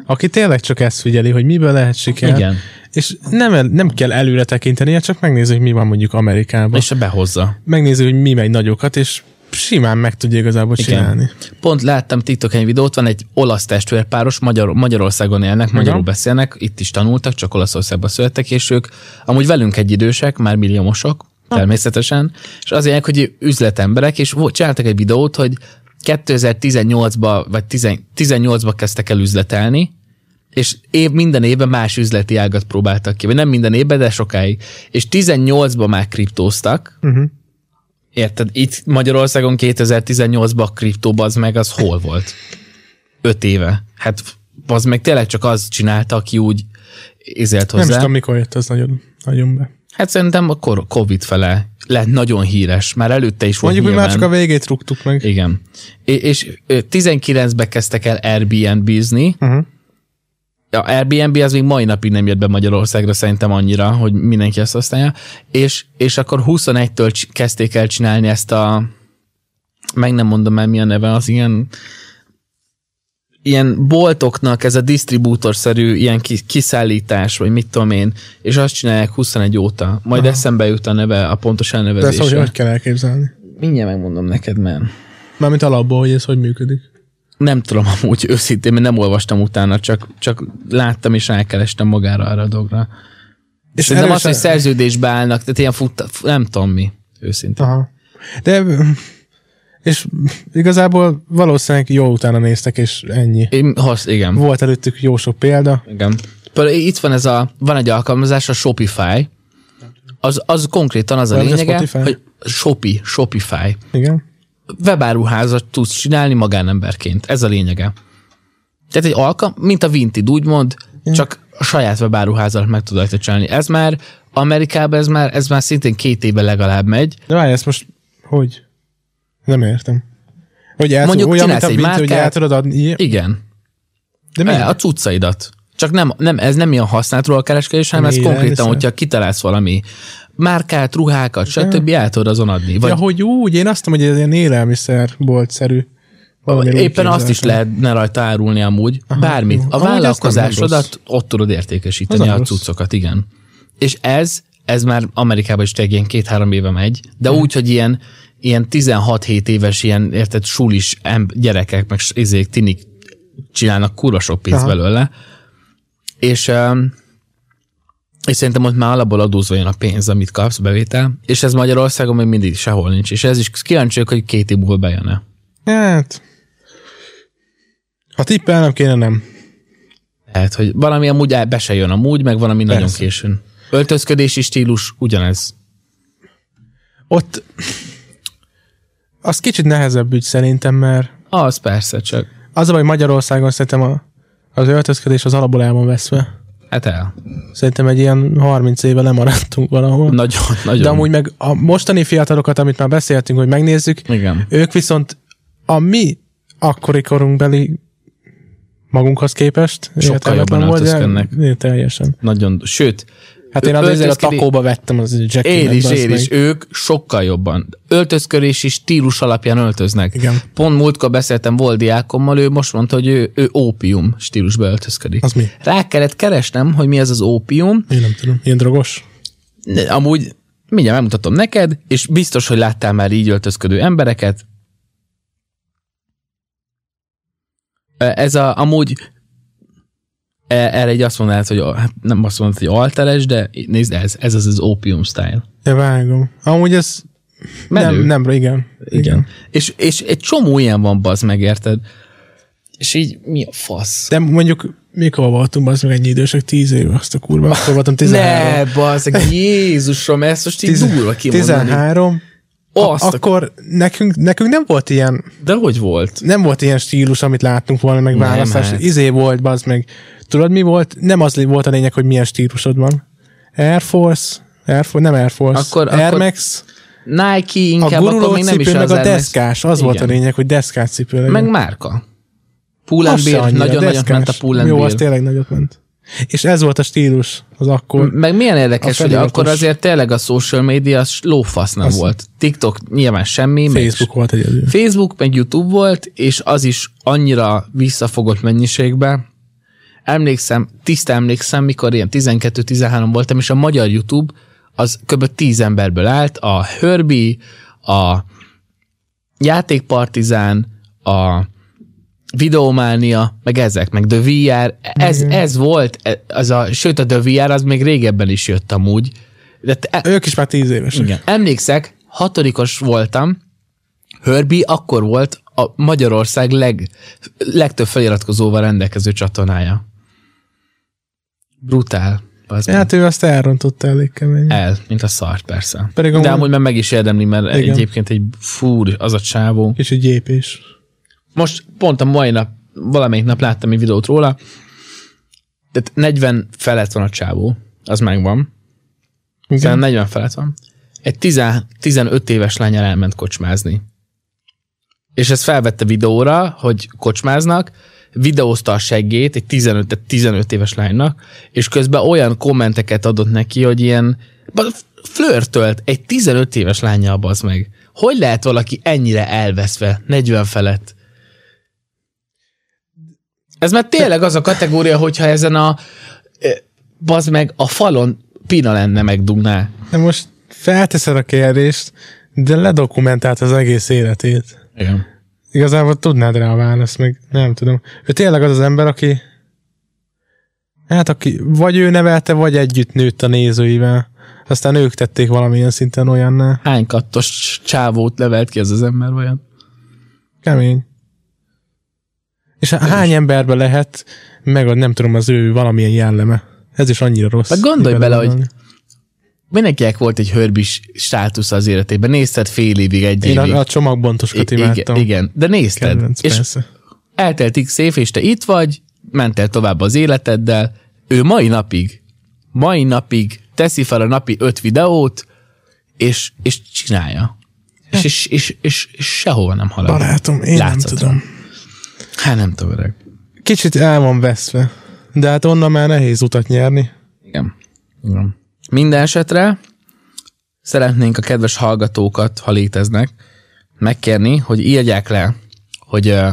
Speaker 2: aki tényleg csak ezt figyeli, hogy miből lehet siker.
Speaker 1: Igen.
Speaker 2: És nem, el- nem kell előre tekintenie, csak megnézi, hogy mi van mondjuk Amerikában. És
Speaker 1: És behozza.
Speaker 2: megnézi, hogy mi megy nagyokat, és simán meg tudja igazából csinálni.
Speaker 1: Pont láttam TikTok egy videót, van egy olasz testvérpáros, Magyar, Magyarországon élnek, magyarul beszélnek, itt is tanultak, csak Olaszországban születtek, és ők amúgy velünk egy idősek, már milliómosok, természetesen, és az ilyenek, hogy üzletemberek, és volt- csináltak egy videót, hogy 2018-ba, vagy 2018-ba kezdtek el üzletelni, és év, minden évben más üzleti ágat próbáltak ki, vagy nem minden évben, de sokáig. És 18-ban már kriptóztak, Érted? Itt Magyarországon 2018-ban a kriptó az meg az hol volt? Öt éve. Hát az meg tényleg csak az csinálta, aki úgy ézelt
Speaker 2: Nem is
Speaker 1: hozzá.
Speaker 2: tudom, mikor jött az nagyon, nagyon be.
Speaker 1: hát szerintem a kor- Covid fele lett nagyon híres. Már előtte is volt
Speaker 2: Mondjuk, hogy már
Speaker 1: nyilván.
Speaker 2: csak a végét rúgtuk meg.
Speaker 1: Igen. És, és ö, 19-ben kezdtek el Airbnb-zni. Uh-huh. A Airbnb az még mai napig nem jött be Magyarországra szerintem annyira, hogy mindenki ezt használja. És, és akkor 21-től csi- kezdték el csinálni ezt a meg nem mondom el, mi a neve, az ilyen ilyen boltoknak ez a disztribútorszerű ilyen kiszállítás, vagy mit tudom én, és azt csinálják 21 óta. Majd Aha. eszembe jut a neve, a pontos
Speaker 2: De ezt
Speaker 1: elnevezése.
Speaker 2: hogy, hogy kell elképzelni?
Speaker 1: Mindjárt megmondom neked, men.
Speaker 2: Mármint alapból, hogy ez hogy működik.
Speaker 1: Nem tudom amúgy őszintén, mert nem olvastam utána, csak, csak láttam és rákerestem magára arra a dologra.
Speaker 2: És
Speaker 1: Szerintem erősen... az, hogy szerződésbe állnak, tehát ilyen fut, nem tudom mi, őszintén.
Speaker 2: Aha. De, és igazából valószínűleg jó utána néztek, és ennyi.
Speaker 1: Én, hasz, igen.
Speaker 2: Volt előttük jó sok példa.
Speaker 1: Igen. Például itt van ez a, van egy alkalmazás, a Shopify. Az, az konkrétan az a
Speaker 2: Vagy a
Speaker 1: lényege,
Speaker 2: Spotify?
Speaker 1: hogy Shopi, Shopify.
Speaker 2: Igen.
Speaker 1: Webáruházat tudsz csinálni magánemberként. Ez a lényege. Tehát egy alkalm, mint a Vinted, úgymond, csak a saját webáruházat meg tudod rajta csinálni. Ez már Amerikában ez már, ez már szintén két éve legalább megy.
Speaker 2: De várj, ezt most hogy? Nem értem. Hogy el,
Speaker 1: Mondjuk
Speaker 2: olyan, mint
Speaker 1: csinálsz
Speaker 2: a
Speaker 1: egy
Speaker 2: Vinted, hogy
Speaker 1: márkát.
Speaker 2: el tudod adni.
Speaker 1: Igen.
Speaker 2: De
Speaker 1: E,
Speaker 2: miért?
Speaker 1: a cuccaidat. Csak nem, nem, ez nem ilyen használtról a kereskedés, hanem ez
Speaker 2: Igen,
Speaker 1: konkrétan,
Speaker 2: viszont.
Speaker 1: hogyha kitalálsz valami márkát, ruhákat, stb. el tudod azon adni. Vagy
Speaker 2: Ja, hogy úgy, én azt mondom, hogy ez ilyen élelmiszerboltszerű. Valamiről úgy
Speaker 1: éppen azt is
Speaker 2: képzeltem.
Speaker 1: lehetne rajta árulni amúgy, Aha, bármit. A
Speaker 2: Amúgy ez nem- nem
Speaker 1: vállalkozásodat
Speaker 2: rossz.
Speaker 1: ott tudod értékesíteni
Speaker 2: Az nem
Speaker 1: a
Speaker 2: rossz.
Speaker 1: cuccokat, igen. És ez, ez már Amerikában is tényleg ilyen két-három éve megy, de
Speaker 2: Hm.
Speaker 1: úgy, hogy ilyen, ilyen 16-7 éves, ilyen érted, sulis emb- gyerekek, meg s- izék, tinik csinálnak kurva sok pénzt
Speaker 2: Aha.
Speaker 1: belőle. És öm, és szerintem ott már alapból adózva jön a pénz, amit kapsz, bevétel, és ez Magyarországon még mindig sehol nincs, és ez is kíváncsi vagyok, hogy két év múlva bejön-e.
Speaker 2: Hát... Ha tippelnem kéne, nem.
Speaker 1: Lehet, hogy valami amúgy el- be se jön amúgy, meg valami Persze. nagyon
Speaker 2: Persze.
Speaker 1: későn. Öltözködési stílus ugyanez.
Speaker 2: Ott... Az kicsit nehezebb ügy szerintem, mert
Speaker 1: Az persze, csak
Speaker 2: az a baj Magyarországon szerintem a, az öltözködés az alapból el van veszve.
Speaker 1: hát el.
Speaker 2: Szerintem egy ilyen 30 éve lemaradtunk valahol.
Speaker 1: Nagyon, nagyon.
Speaker 2: De amúgy meg a mostani fiatalokat, amit már beszéltünk, hogy megnézzük,
Speaker 1: Igen.
Speaker 2: ők viszont a mi akkori korunkbeli magunkhoz képest értelmetlen
Speaker 1: jobban
Speaker 2: volt, de-
Speaker 1: öltözködnek.
Speaker 2: de teljesen.
Speaker 1: Nagyon, sőt,
Speaker 2: Hát én
Speaker 1: Ö-
Speaker 2: azért a
Speaker 1: öltözködé-
Speaker 2: takóba vettem az jackinet.
Speaker 1: Én is,
Speaker 2: bassz
Speaker 1: én
Speaker 2: meg.
Speaker 1: is. Ők sokkal jobban. Öltözködési stílus alapján öltöznek.
Speaker 2: Igen.
Speaker 1: Pont múltkor beszéltem volt diákommal, ő most mondta, hogy ő, ő ópium stílusba öltözködik.
Speaker 2: Az mi?
Speaker 1: Rá kellett keresnem, hogy mi ez az ópium.
Speaker 2: Én nem tudom. Ilyen drogos?
Speaker 1: Ne, Amúgy mindjárt megmutatom neked, és biztos, hogy láttál már így öltözködő embereket. Ez a, amúgy e- erre egy azt mondanád, hogy a- hát nem azt mondod, hogy alteres, de nézd, ez, ez az az opium style.
Speaker 2: De vágom. Amúgy ez nem,
Speaker 1: Menő.
Speaker 2: nem, igen. igen.
Speaker 1: És, és egy csomó ilyen van, bazd meg, érted? És így mi a fasz?
Speaker 2: De mondjuk mikor voltunk, az meg ennyi idősek, 10 éve azt a kurva, akkor voltam 13.
Speaker 1: Ne, bazd meg, Jézusom, ezt most így
Speaker 2: Tizen-
Speaker 1: durva kimondani.
Speaker 2: 13.
Speaker 1: Azt a-
Speaker 2: akkor nekünk, nekünk nem volt ilyen
Speaker 1: De hogy volt?
Speaker 2: nem volt ilyen stílus, amit láttunk volna, meg választás.
Speaker 1: hát.
Speaker 2: Izé volt, bazd meg. Tudod, mi volt? Nem az volt a lényeg, hogy milyen stílusod van. Air Force, Air Force nem Air Force,
Speaker 1: Akkor-
Speaker 2: Air
Speaker 1: akkor
Speaker 2: Max,
Speaker 1: Nike
Speaker 2: a
Speaker 1: inkább, akkor
Speaker 2: guruló
Speaker 1: még nem is
Speaker 2: cipő, meg
Speaker 1: az
Speaker 2: a
Speaker 1: Air Max.
Speaker 2: deszkás. Az volt a
Speaker 1: Igen.
Speaker 2: lényeg, hogy deszkás cipő legyen.
Speaker 1: Meg márka. Pull
Speaker 2: Az
Speaker 1: and
Speaker 2: se
Speaker 1: beer,
Speaker 2: annyira,
Speaker 1: nagyon nagyot
Speaker 2: deszkás.
Speaker 1: ment a pull and
Speaker 2: Jó,
Speaker 1: beer.
Speaker 2: az tényleg nagyot ment. És ez volt a stílus az akkor.
Speaker 1: Meg milyen érdekes,
Speaker 2: A
Speaker 1: hogy
Speaker 2: feliratos.
Speaker 1: akkor azért tényleg a social media az lófasz nem volt. TikTok nyilván semmi. meg-
Speaker 2: Facebook volt egyedül.
Speaker 1: Facebook, meg YouTube volt, és az is annyira visszafogott mennyiségbe. Emlékszem, tiszta emlékszem, mikor ilyen 12-13 voltam, és a magyar YouTube az kb. 10 emberből állt, a Hörbi, a Játékpartizán, a Videománia, meg ezek, meg The VR, ez, ez volt, e- az a, sőt a The VR az még régebben is jött amúgy. De te,
Speaker 2: Ők is már tíz évesek.
Speaker 1: igen. Emlékszek, hatodikos voltam, Hörbi akkor volt a Magyarország leg, legtöbb feliratkozóval rendelkező csatornája. Brutál. Az meg.
Speaker 2: Hát ő azt elrontotta elég kemény.
Speaker 1: El, mint a szart persze.
Speaker 2: Pedig
Speaker 1: Pedig De
Speaker 2: amúgy-
Speaker 1: amúgy már meg is érdemli, mert
Speaker 2: Igen.
Speaker 1: Igen. egyébként egy fúr az a csávó.
Speaker 2: Kicsit gyépés.
Speaker 1: Most pont a mai nap, valamelyik nap láttam egy videót róla, tehát 40 felett van a csávó, az megvan.
Speaker 2: Igen.
Speaker 1: Szerintem 40 felett van. Egy 10, 15 éves lányjal elment kocsmázni. És ezt felvette videóra, hogy kocsmáznak, videózta a seggét egy 15, tehát 15 éves lánynak, és közben olyan kommenteket adott neki, hogy ilyen ba- flörtölt egy 15 éves lányjal bazd meg. Hogy lehet valaki ennyire elveszve 40 felett? Ez már tényleg az a kategória, hogyha ezen a bazd meg a falon pina lenne megdugná.
Speaker 2: De most felteszed a kérdést, de ledokumentált az egész életét.
Speaker 1: Igen.
Speaker 2: Igazából tudnád rá a választ, meg nem tudom. Ő tényleg az az ember, aki hát aki vagy ő nevelte, vagy együtt nőtt a nézőivel. Aztán ők tették valamilyen szinten olyanná.
Speaker 1: Hány kattos csávót levelt ki ez az ember vajon?
Speaker 2: Kemény. És Én hány is. emberbe lehet, meg a, nem tudom, az ő valamilyen jelleme. Ez is annyira rossz.
Speaker 1: De Hát gondolj bele, hogy mindenkinek volt egy hörbis státusz az életében. Nézted fél évig, egy
Speaker 2: Én
Speaker 1: évig.
Speaker 2: a, a csomagbontoskat
Speaker 1: I-
Speaker 2: imádtam.
Speaker 1: igen, igen, de nézted.
Speaker 2: Kedvenc,
Speaker 1: és
Speaker 2: persze.
Speaker 1: eltelt x év, és te itt vagy, mentél tovább az életeddel. Ő mai napig, mai napig teszi fel a napi öt videót, és, és csinálja. És, és, és, és, és sehova nem halad.
Speaker 2: Barátom, én
Speaker 1: Látszatra.
Speaker 2: nem tudom.
Speaker 1: Hát nem tudom, öreg.
Speaker 2: Kicsit el van veszve. De hát onnan már nehéz utat nyerni.
Speaker 1: Igen. Igen. Minden esetre szeretnénk a kedves hallgatókat, ha léteznek, megkérni, hogy írják le, hogy ö,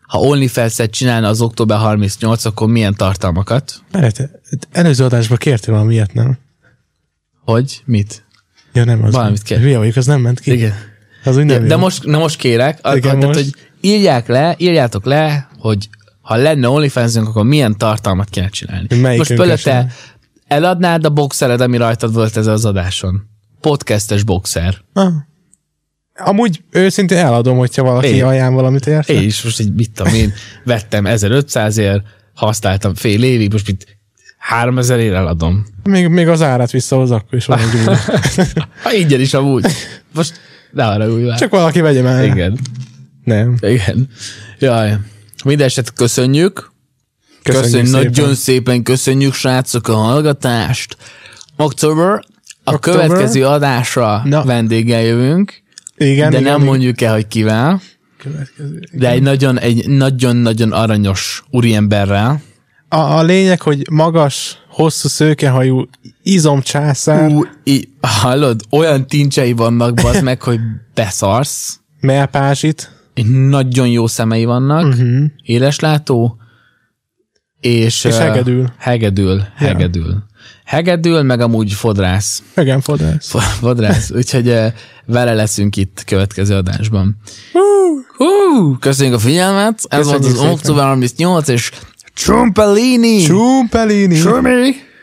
Speaker 1: ha OnlyFans-et csinálna az október 38, akkor milyen tartalmakat,
Speaker 2: Lehet, előző adásban kértél valami ilyet, nem?
Speaker 1: hogy mit.
Speaker 2: Ja, nem az.
Speaker 1: Valamit
Speaker 2: nem.
Speaker 1: kér.
Speaker 2: Hülye vagyok, az nem ment ki.
Speaker 1: Igen.
Speaker 2: Az úgy nem
Speaker 1: De
Speaker 2: jó.
Speaker 1: most, na most kérek, a,
Speaker 2: Igen,
Speaker 1: Igen, tehát,
Speaker 2: most.
Speaker 1: hogy írják le, írjátok le, hogy ha lenne onlyfans akkor milyen tartalmat kéne csinálni.
Speaker 2: Melyikünk
Speaker 1: most például
Speaker 2: esetleg?
Speaker 1: te eladnád a boxered, ami rajtad volt ez az adáson. Podcastes boxer.
Speaker 2: Na. Amúgy őszintén eladom, hogyha valaki
Speaker 1: Én.
Speaker 2: ajánl valamit érte.
Speaker 1: Én is most így mit tudom én, vettem 1500-ért, használtam fél évig, most mit 3000-ért eladom.
Speaker 2: Még, még az árát visszahoz, akkor is van egy újra.
Speaker 1: Ha ingyen is amúgy. Most ne arra úgy
Speaker 2: Csak valaki vegye már.
Speaker 1: Igen.
Speaker 2: Nem.
Speaker 1: Igen. Jaj. Mindeneset köszönjük.
Speaker 2: Köszönjük
Speaker 1: Köszönjük,
Speaker 2: szépen.
Speaker 1: nagyon szépen köszönjük, srácok, a hallgatást. Október, a
Speaker 2: Október.
Speaker 1: következő adásra
Speaker 2: Na.
Speaker 1: Na. vendéggel jövünk,
Speaker 2: Igen,
Speaker 1: de
Speaker 2: igen,
Speaker 1: nem
Speaker 2: igen.
Speaker 1: mondjuk el, hogy kivel,
Speaker 2: Következő.
Speaker 1: de egy nagyon, egy nagyon-nagyon aranyos úriemberrel.
Speaker 2: A, a lényeg, hogy magas, hosszú szőkehajú izomcsászár,
Speaker 1: Ú, í, hallod, olyan tincsei vannak, bazd meg, hogy beszarsz.
Speaker 2: melpázsit,
Speaker 1: Egy Nagyon jó szemei vannak, uh-huh. éleslátó, és,
Speaker 2: Mhm. És
Speaker 1: ö,
Speaker 2: hegedül.
Speaker 1: Hegedül, hegedül. Hegedül, meg amúgy fodrász.
Speaker 2: igen, fodrász.
Speaker 1: Fa- vadrász. Úgyhogy eh, vele leszünk itt következő adásban. Hú, köszönjük a figyelmet. Ez
Speaker 2: Köszönjük
Speaker 1: volt az
Speaker 2: szépen.
Speaker 1: október 38 és Csumpelini.
Speaker 2: Csumpelini.
Speaker 1: Csumpi.